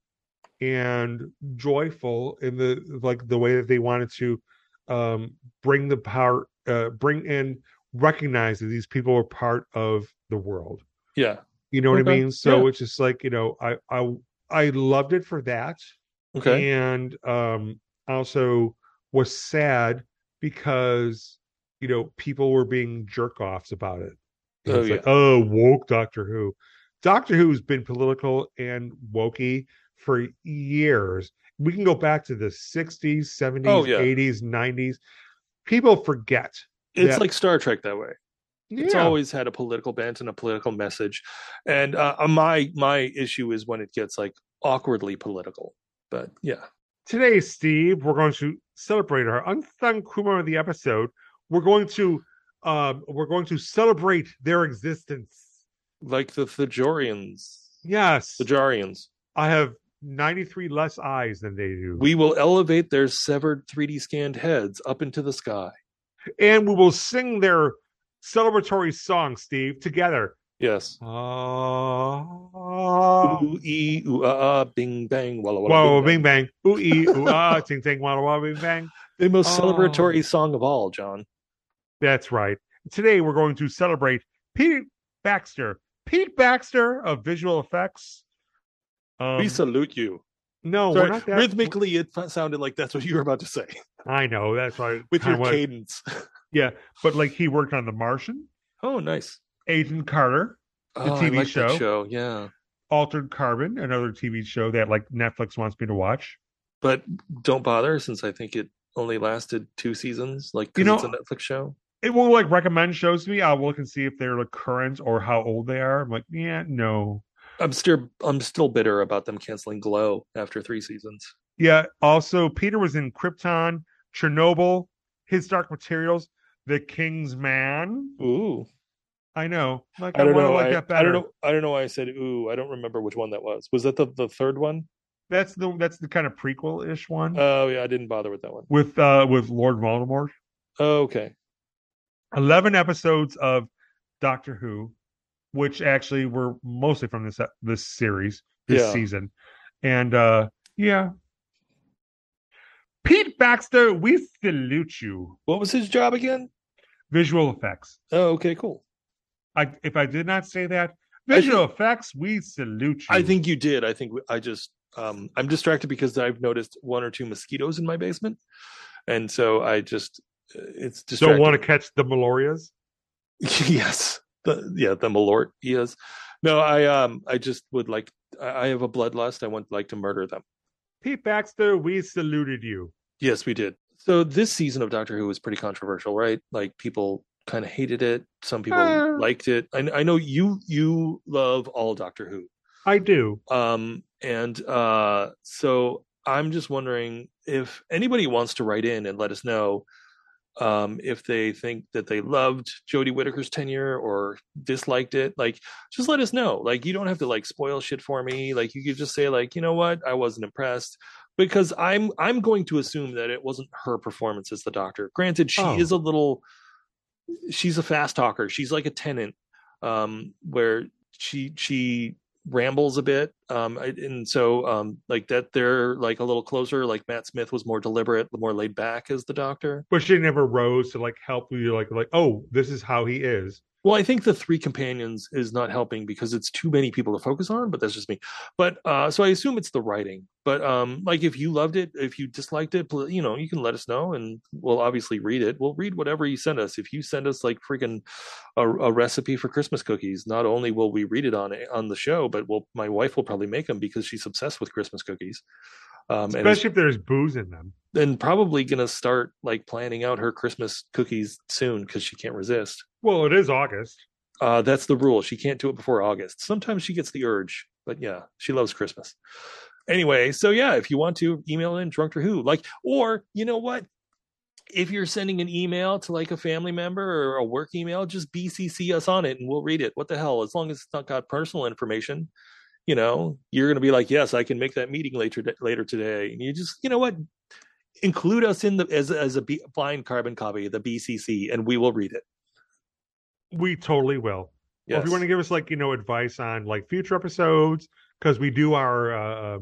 Speaker 1: and joyful in the like the way that they wanted to um bring the power uh bring in recognize that these people were part of the world
Speaker 2: Yeah.
Speaker 1: you know what i
Speaker 2: Okay,
Speaker 1: mean so
Speaker 2: yeah.
Speaker 1: it's just like you know i i i loved it for that
Speaker 2: Okay.
Speaker 1: and um also was sad because you know people were being jerk offs about it And
Speaker 2: Oh,
Speaker 1: it's like oh woke doctor who doctor who's been political and wokey for years we can go back to the 60s 70s
Speaker 2: Oh, yeah.
Speaker 1: 80s 90s people forget
Speaker 2: It's
Speaker 1: Yeah.
Speaker 2: like Star Trek that way. It's
Speaker 1: Yeah.
Speaker 2: always had a political bent and a political message. And uh, my my issue is when it gets like awkwardly political. But yeah.
Speaker 1: Today, Steve, we're going to celebrate our unsung crew member of the episode. We're going to um, we're going to celebrate their existence.
Speaker 2: Like the Thajorians.
Speaker 1: Yes,
Speaker 2: Thajarians.
Speaker 1: I have ninety three less eyes than they do,
Speaker 2: We will elevate their severed 3D scanned heads up into the sky.
Speaker 1: and we will sing their celebratory song, Steve, together.
Speaker 2: Yes.
Speaker 1: Oh,
Speaker 2: Ooh, ee, ooh, ah, ah, bing, bang, walla, walla.
Speaker 1: whoa, bing bang, ooh ee, ooh ah, ting ting, wah wah, bing bang.
Speaker 2: The most
Speaker 1: Oh.
Speaker 2: celebratory song of all, John.
Speaker 1: That's right. Today, we're going to celebrate Pete Baxter, Pete Baxter of visual effects. Um,
Speaker 2: we salute you.
Speaker 1: No, we're
Speaker 2: Sorry,
Speaker 1: not that.
Speaker 2: rhythmically, it fa- sounded like that's what you were about to say
Speaker 1: I know that's right.
Speaker 2: with your
Speaker 1: Kinda what-
Speaker 2: cadence.
Speaker 1: yeah, but like he worked on The Martian,
Speaker 2: Oh, nice.
Speaker 1: Agent Carter,
Speaker 2: Oh, I
Speaker 1: TV
Speaker 2: like that
Speaker 1: show.
Speaker 2: show. Yeah.
Speaker 1: Altered Carbon, another TV show that like Netflix wants me to watch.
Speaker 2: But don't bother since I think it only lasted two seasons. Like, 'cause
Speaker 1: You know-
Speaker 2: it's a Netflix show.
Speaker 1: It will like recommend shows to me. I'll look and see if they're like current or how old they are. I'm like, yeah, no.
Speaker 2: I'm still, I'm still bitter about them canceling Glow after three seasons.
Speaker 1: Yeah. Also, Peter was in Krypton, Chernobyl, His Dark Materials, The King's Man.
Speaker 2: Ooh.
Speaker 1: I know. Like
Speaker 2: I
Speaker 1: I,
Speaker 2: don't
Speaker 1: want
Speaker 2: know.
Speaker 1: to like
Speaker 2: I,
Speaker 1: that
Speaker 2: I
Speaker 1: better.
Speaker 2: don't know. I don't know why I said ooh. I don't remember which one that was. Was that the, the third one?
Speaker 1: That's the that's the kind of prequel ish one
Speaker 2: Oh yeah, I didn't bother with that one.
Speaker 1: with uh with Lord Voldemort.
Speaker 2: Oh, okay.
Speaker 1: 11 episodes of Doctor Who, which actually were mostly from this this series, this
Speaker 2: Yeah.
Speaker 1: season. And uh yeah. Pete Baxter, we salute you.
Speaker 2: What was his job again?
Speaker 1: Visual effects.
Speaker 2: Oh, okay, cool.
Speaker 1: I if I did not say that,
Speaker 2: I think-
Speaker 1: visual effects, we salute you.
Speaker 2: I think you did. I think I just um I'm distracted because I've noticed one or two mosquitoes in my basement, and so I just uh, it's distracting.
Speaker 1: don't want to catch the malorias.
Speaker 2: yes the, yeah the malort he is no i um i just would like i I have a bloodlust i want like to murder them
Speaker 1: Pete Baxter, we saluted you.
Speaker 2: Yes, we did. So this season of Doctor Who was pretty controversial, right? Like people kind of hated it. Some people
Speaker 1: Uh.
Speaker 2: liked it. I, I know you you love all Doctor Who,
Speaker 1: I do.
Speaker 2: um, and uh, so I'm just wondering if anybody wants to write in and let us know um, if they think that they loved Jodie Whittaker's tenure or disliked it. Like, just let us know. Like, you don't have to like spoil shit for me. Like, you could just say like, you know what, I wasn't impressed because I'm I'm going to assume that it wasn't her performance as the Doctor. Granted, she
Speaker 1: Oh.
Speaker 2: is a little, she's a fast talker. She's like a tenant, um, where she she rambles a bit um I- and so um like that they're like a little closer like matt smith was more deliberate more laid back as the doctor
Speaker 1: But she never rose to like help you like like, oh, this is how he is.
Speaker 2: Well, I think the three companions is not helping because it's too many people to focus on, but that's just me. But uh, so I assume it's the writing. But um, like if you loved it, if you disliked it, pl- you know, you can let us know and we'll obviously read it. We'll read whatever you send us. If you send us like freaking a, a recipe for Christmas cookies, not only will we read it on on the show, but we'll, my wife will probably make them because she's obsessed with Christmas cookies. Um, and is
Speaker 1: Especially if there's booze in them.
Speaker 2: and probably going to start like planning out her Christmas cookies soon because she can't resist.
Speaker 1: Well, it is August.
Speaker 2: Uh, that's the rule. She can't do it before August. Sometimes she gets the urge, but yeah, she loves Christmas. Anyway, so yeah, if you want to email in drunk or who, like, or you know what, if you're sending an email to like a family member or a work email, just BCC us on it and we'll read it. What the hell? As long as it's not got personal information, you know, you're going to be like, yes, I can make that meeting later later today. And you just, you know what? Include us in the as as a B, blind carbon copy, the BCC, and we will read it.
Speaker 1: We totally will. Or
Speaker 2: Yes.
Speaker 1: if you want to give us like you know advice on like future episodes, because we do our uh,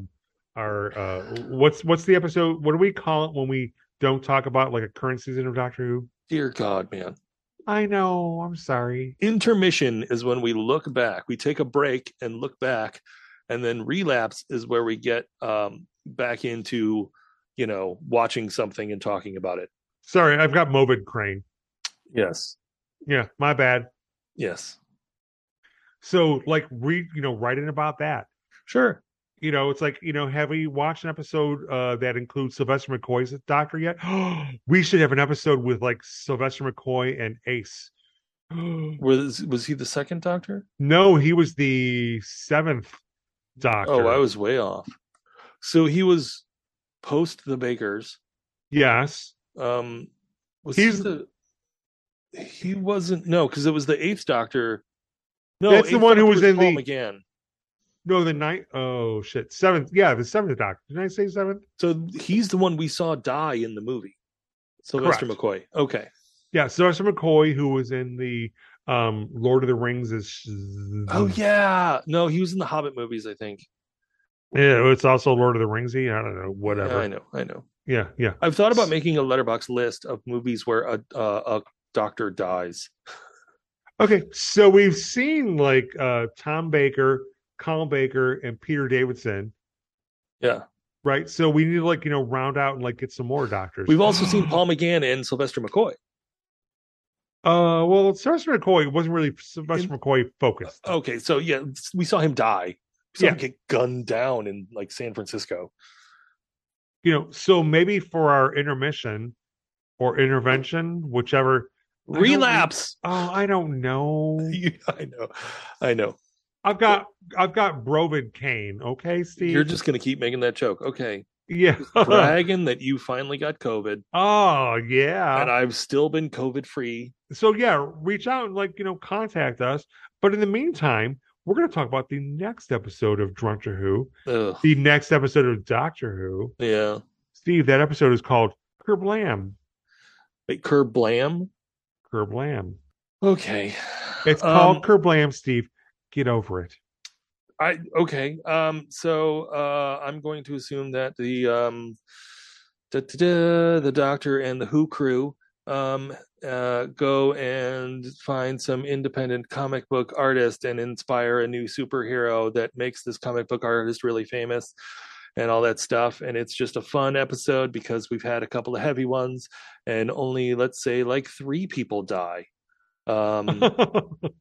Speaker 1: our uh, what's what's the episode? What do we call it when we don't talk about like a current season of Doctor Who?
Speaker 2: Dear God, man.
Speaker 1: I know. I'm sorry.
Speaker 2: intermission is when we look back we take a break and look back and then relapse is where we get um back into you know watching something and talking about it
Speaker 1: Sorry, I've got Movid Crane.
Speaker 2: yes
Speaker 1: Yeah, my bad.
Speaker 2: yes
Speaker 1: So like read you know writing about that.
Speaker 2: sure
Speaker 1: You know, it's like you know, have we watched an episode uh, that includes Sylvester McCoy's Doctor yet? we should have an episode with like Sylvester McCoy and Ace.
Speaker 2: was was he the second doctor
Speaker 1: No, he was the seventh doctor.
Speaker 2: oh i was way off so he was post the bakers
Speaker 1: Yes.
Speaker 2: um was
Speaker 1: He's-
Speaker 2: he the he wasn't no because it was the eighth doctor no
Speaker 1: That's the
Speaker 2: eighth
Speaker 1: one who
Speaker 2: Doctor
Speaker 1: was in
Speaker 2: Paul
Speaker 1: the-
Speaker 2: mcgann
Speaker 1: No, the ninth. Oh shit, seventh. Yeah, the seventh doctor. Did I say seventh?
Speaker 2: So he's the one we saw die in the movie. Sylvester
Speaker 1: Correct.
Speaker 2: McCoy. Okay.
Speaker 1: Yeah, Sylvester McCoy, who was in the um Lord of the Rings, is.
Speaker 2: Oh yeah. No, he was in the Hobbit movies, I think.
Speaker 1: Yeah, it's also Lord of the Ringsy. I don't know.
Speaker 2: Yeah, I
Speaker 1: Whatever.
Speaker 2: know. I know.
Speaker 1: Yeah, yeah.
Speaker 2: I've thought about making a letterbox list of movies where a uh, a doctor dies.
Speaker 1: Okay, so we've seen like uh Tom Baker, Colin Baker, and Peter Davidson,
Speaker 2: Yeah.
Speaker 1: right? So we need to like you know round out and like get some more doctors.
Speaker 2: We've also seen Paul McGann and Sylvester McCoy.
Speaker 1: Uh, well, Sylvester McCoy wasn't really Sylvester McCoy focused.
Speaker 2: Okay, so yeah, we saw him die. We saw him
Speaker 1: Yeah.
Speaker 2: get gunned down in like San Francisco.
Speaker 1: you know, so maybe for our intermission or intervention, whichever. I don't-
Speaker 2: Relapse.
Speaker 1: Oh, I don't know.
Speaker 2: You- I know. I know.
Speaker 1: I've got I've got Brovid Kane. Okay, Steve.
Speaker 2: You're just gonna keep making that joke. Okay.
Speaker 1: yeah.
Speaker 2: Bragging that you finally got COVID.
Speaker 1: oh
Speaker 2: and
Speaker 1: yeah.
Speaker 2: I've still been COVID free.
Speaker 1: So yeah, reach out and like you know contact us. But in the meantime, we're going to talk about the next episode of Doctor Who,
Speaker 2: Ugh,
Speaker 1: the next episode of Doctor Who.
Speaker 2: yeah.
Speaker 1: Steve, that episode is called Kerblam.
Speaker 2: Wait, Curb Blam?
Speaker 1: Kerblam.
Speaker 2: Okay.
Speaker 1: It's called
Speaker 2: Um,
Speaker 1: Kerblam, Steve. Get over it.
Speaker 2: I okay. Um so uh I'm going to assume that the um da, da, da, the doctor and the Who crew um uh go and find some independent comic book artist and inspire a new superhero that makes this comic book artist really famous and all that stuff and it's just a fun episode because we've had a couple of heavy ones and only let's say like 3 people die um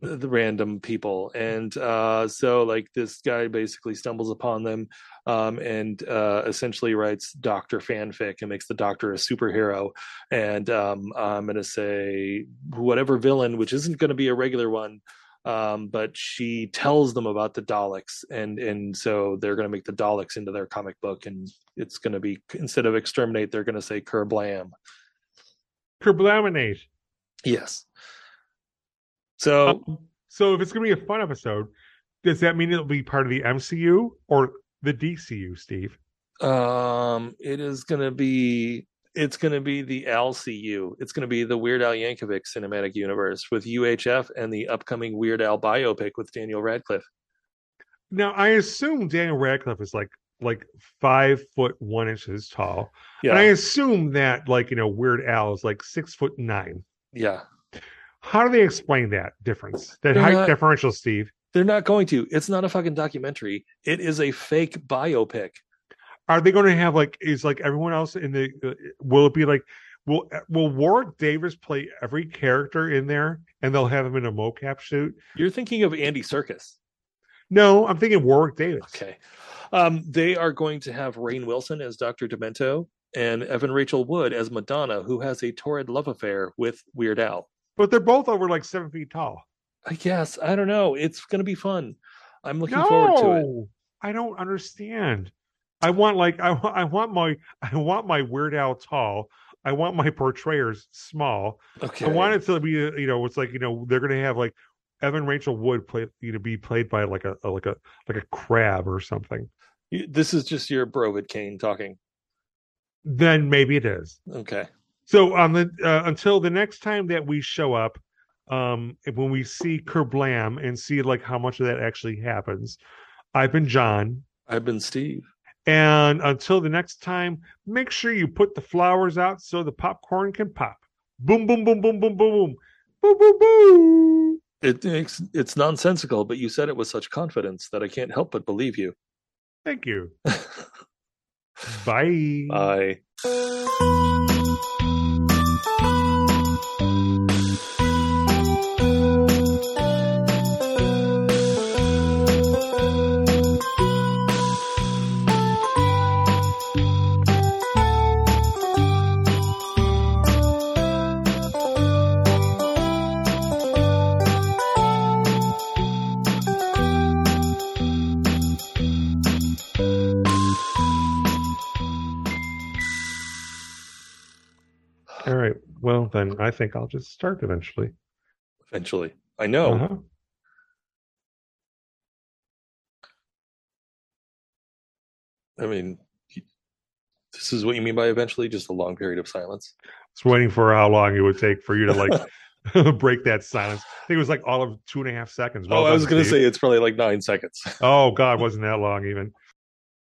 Speaker 2: the random people and uh so like this guy basically stumbles upon them um and uh essentially writes doctor fanfic and makes the doctor a superhero and um i'm gonna say whatever villain which isn't gonna be a regular one um but she tells them about the daleks and and so they're gonna make the daleks into their comic book and it's gonna be instead of exterminate they're gonna say kerblam
Speaker 1: Kerblaminate.
Speaker 2: yes so
Speaker 1: Um, so if it's going to be a fun episode, does that mean it'll be part of the MCU or the DCU, Steve?
Speaker 2: Um, it is gonna be it's gonna be the LCU. It's gonna be the Weird Al Yankovic cinematic universe with UHF and the upcoming Weird Al biopic with Daniel Radcliffe.
Speaker 1: Now I assume Daniel Radcliffe is like like five foot one inches tall, and I
Speaker 2: Yeah,
Speaker 1: assume that like you know Weird Al is like six foot nine.
Speaker 2: yeah.
Speaker 1: How do they explain that difference? That
Speaker 2: They're
Speaker 1: height
Speaker 2: not-
Speaker 1: differential, Steve.
Speaker 2: They're not going to. It's not a fucking documentary. It is a fake biopic.
Speaker 1: Are they going to have like is like everyone else in the? uh, Will it be like? Will uh, will Warwick Davis play every character in there, and they'll have him in a mocap suit?
Speaker 2: You're thinking of Andy Circus.
Speaker 1: No, I'm thinking Warwick Davis.
Speaker 2: Okay. Um, they are going to have Rain Wilson as Dr. Demento and Evan Rachel Wood as Madonna, who has a torrid love affair with Weird Al.
Speaker 1: But they're both over like seven feet tall.
Speaker 2: I guess I don't know. It's going to be fun. I'm looking forward to it.
Speaker 1: No, I don't understand. I want like I, wa- I want my I want my Weird Al tall. I want my portrayers small.
Speaker 2: Okay.
Speaker 1: I want it to be, uh, you know, it's like you know they're gonna have like Evan Rachel Wood play, you know, be played by like a, a like a like a crab or something.
Speaker 2: You- This is just your Brovid Kane talking.
Speaker 1: Then maybe it is.
Speaker 2: Okay.
Speaker 1: So on the uh, until the next time that we show up, um, when we see Kerblam and see like how much of that actually happens, I've been John.
Speaker 2: I've been Steve.
Speaker 1: And until the next time, make sure you put the flowers out so the popcorn can pop. Boom, boom, boom, boom, boom, boom, boom, boom, boom, boom.
Speaker 2: It, it's it's nonsensical, but you said it with such confidence that I can't help but believe you.
Speaker 1: Thank you. Bye.
Speaker 2: Bye.
Speaker 1: All right. Well, then I think I'll just start eventually.
Speaker 2: Eventually, I know.
Speaker 1: Uh-huh.
Speaker 2: I mean, this is what you mean by eventually, just a long period of silence.
Speaker 1: Just waiting for how long it would take for you to like break that silence. I think it was like all of two and a half seconds. Well
Speaker 2: oh, I
Speaker 1: done,
Speaker 2: was going to
Speaker 1: Steve.
Speaker 2: say it's probably like nine seconds.
Speaker 1: Oh God, wasn't that long even.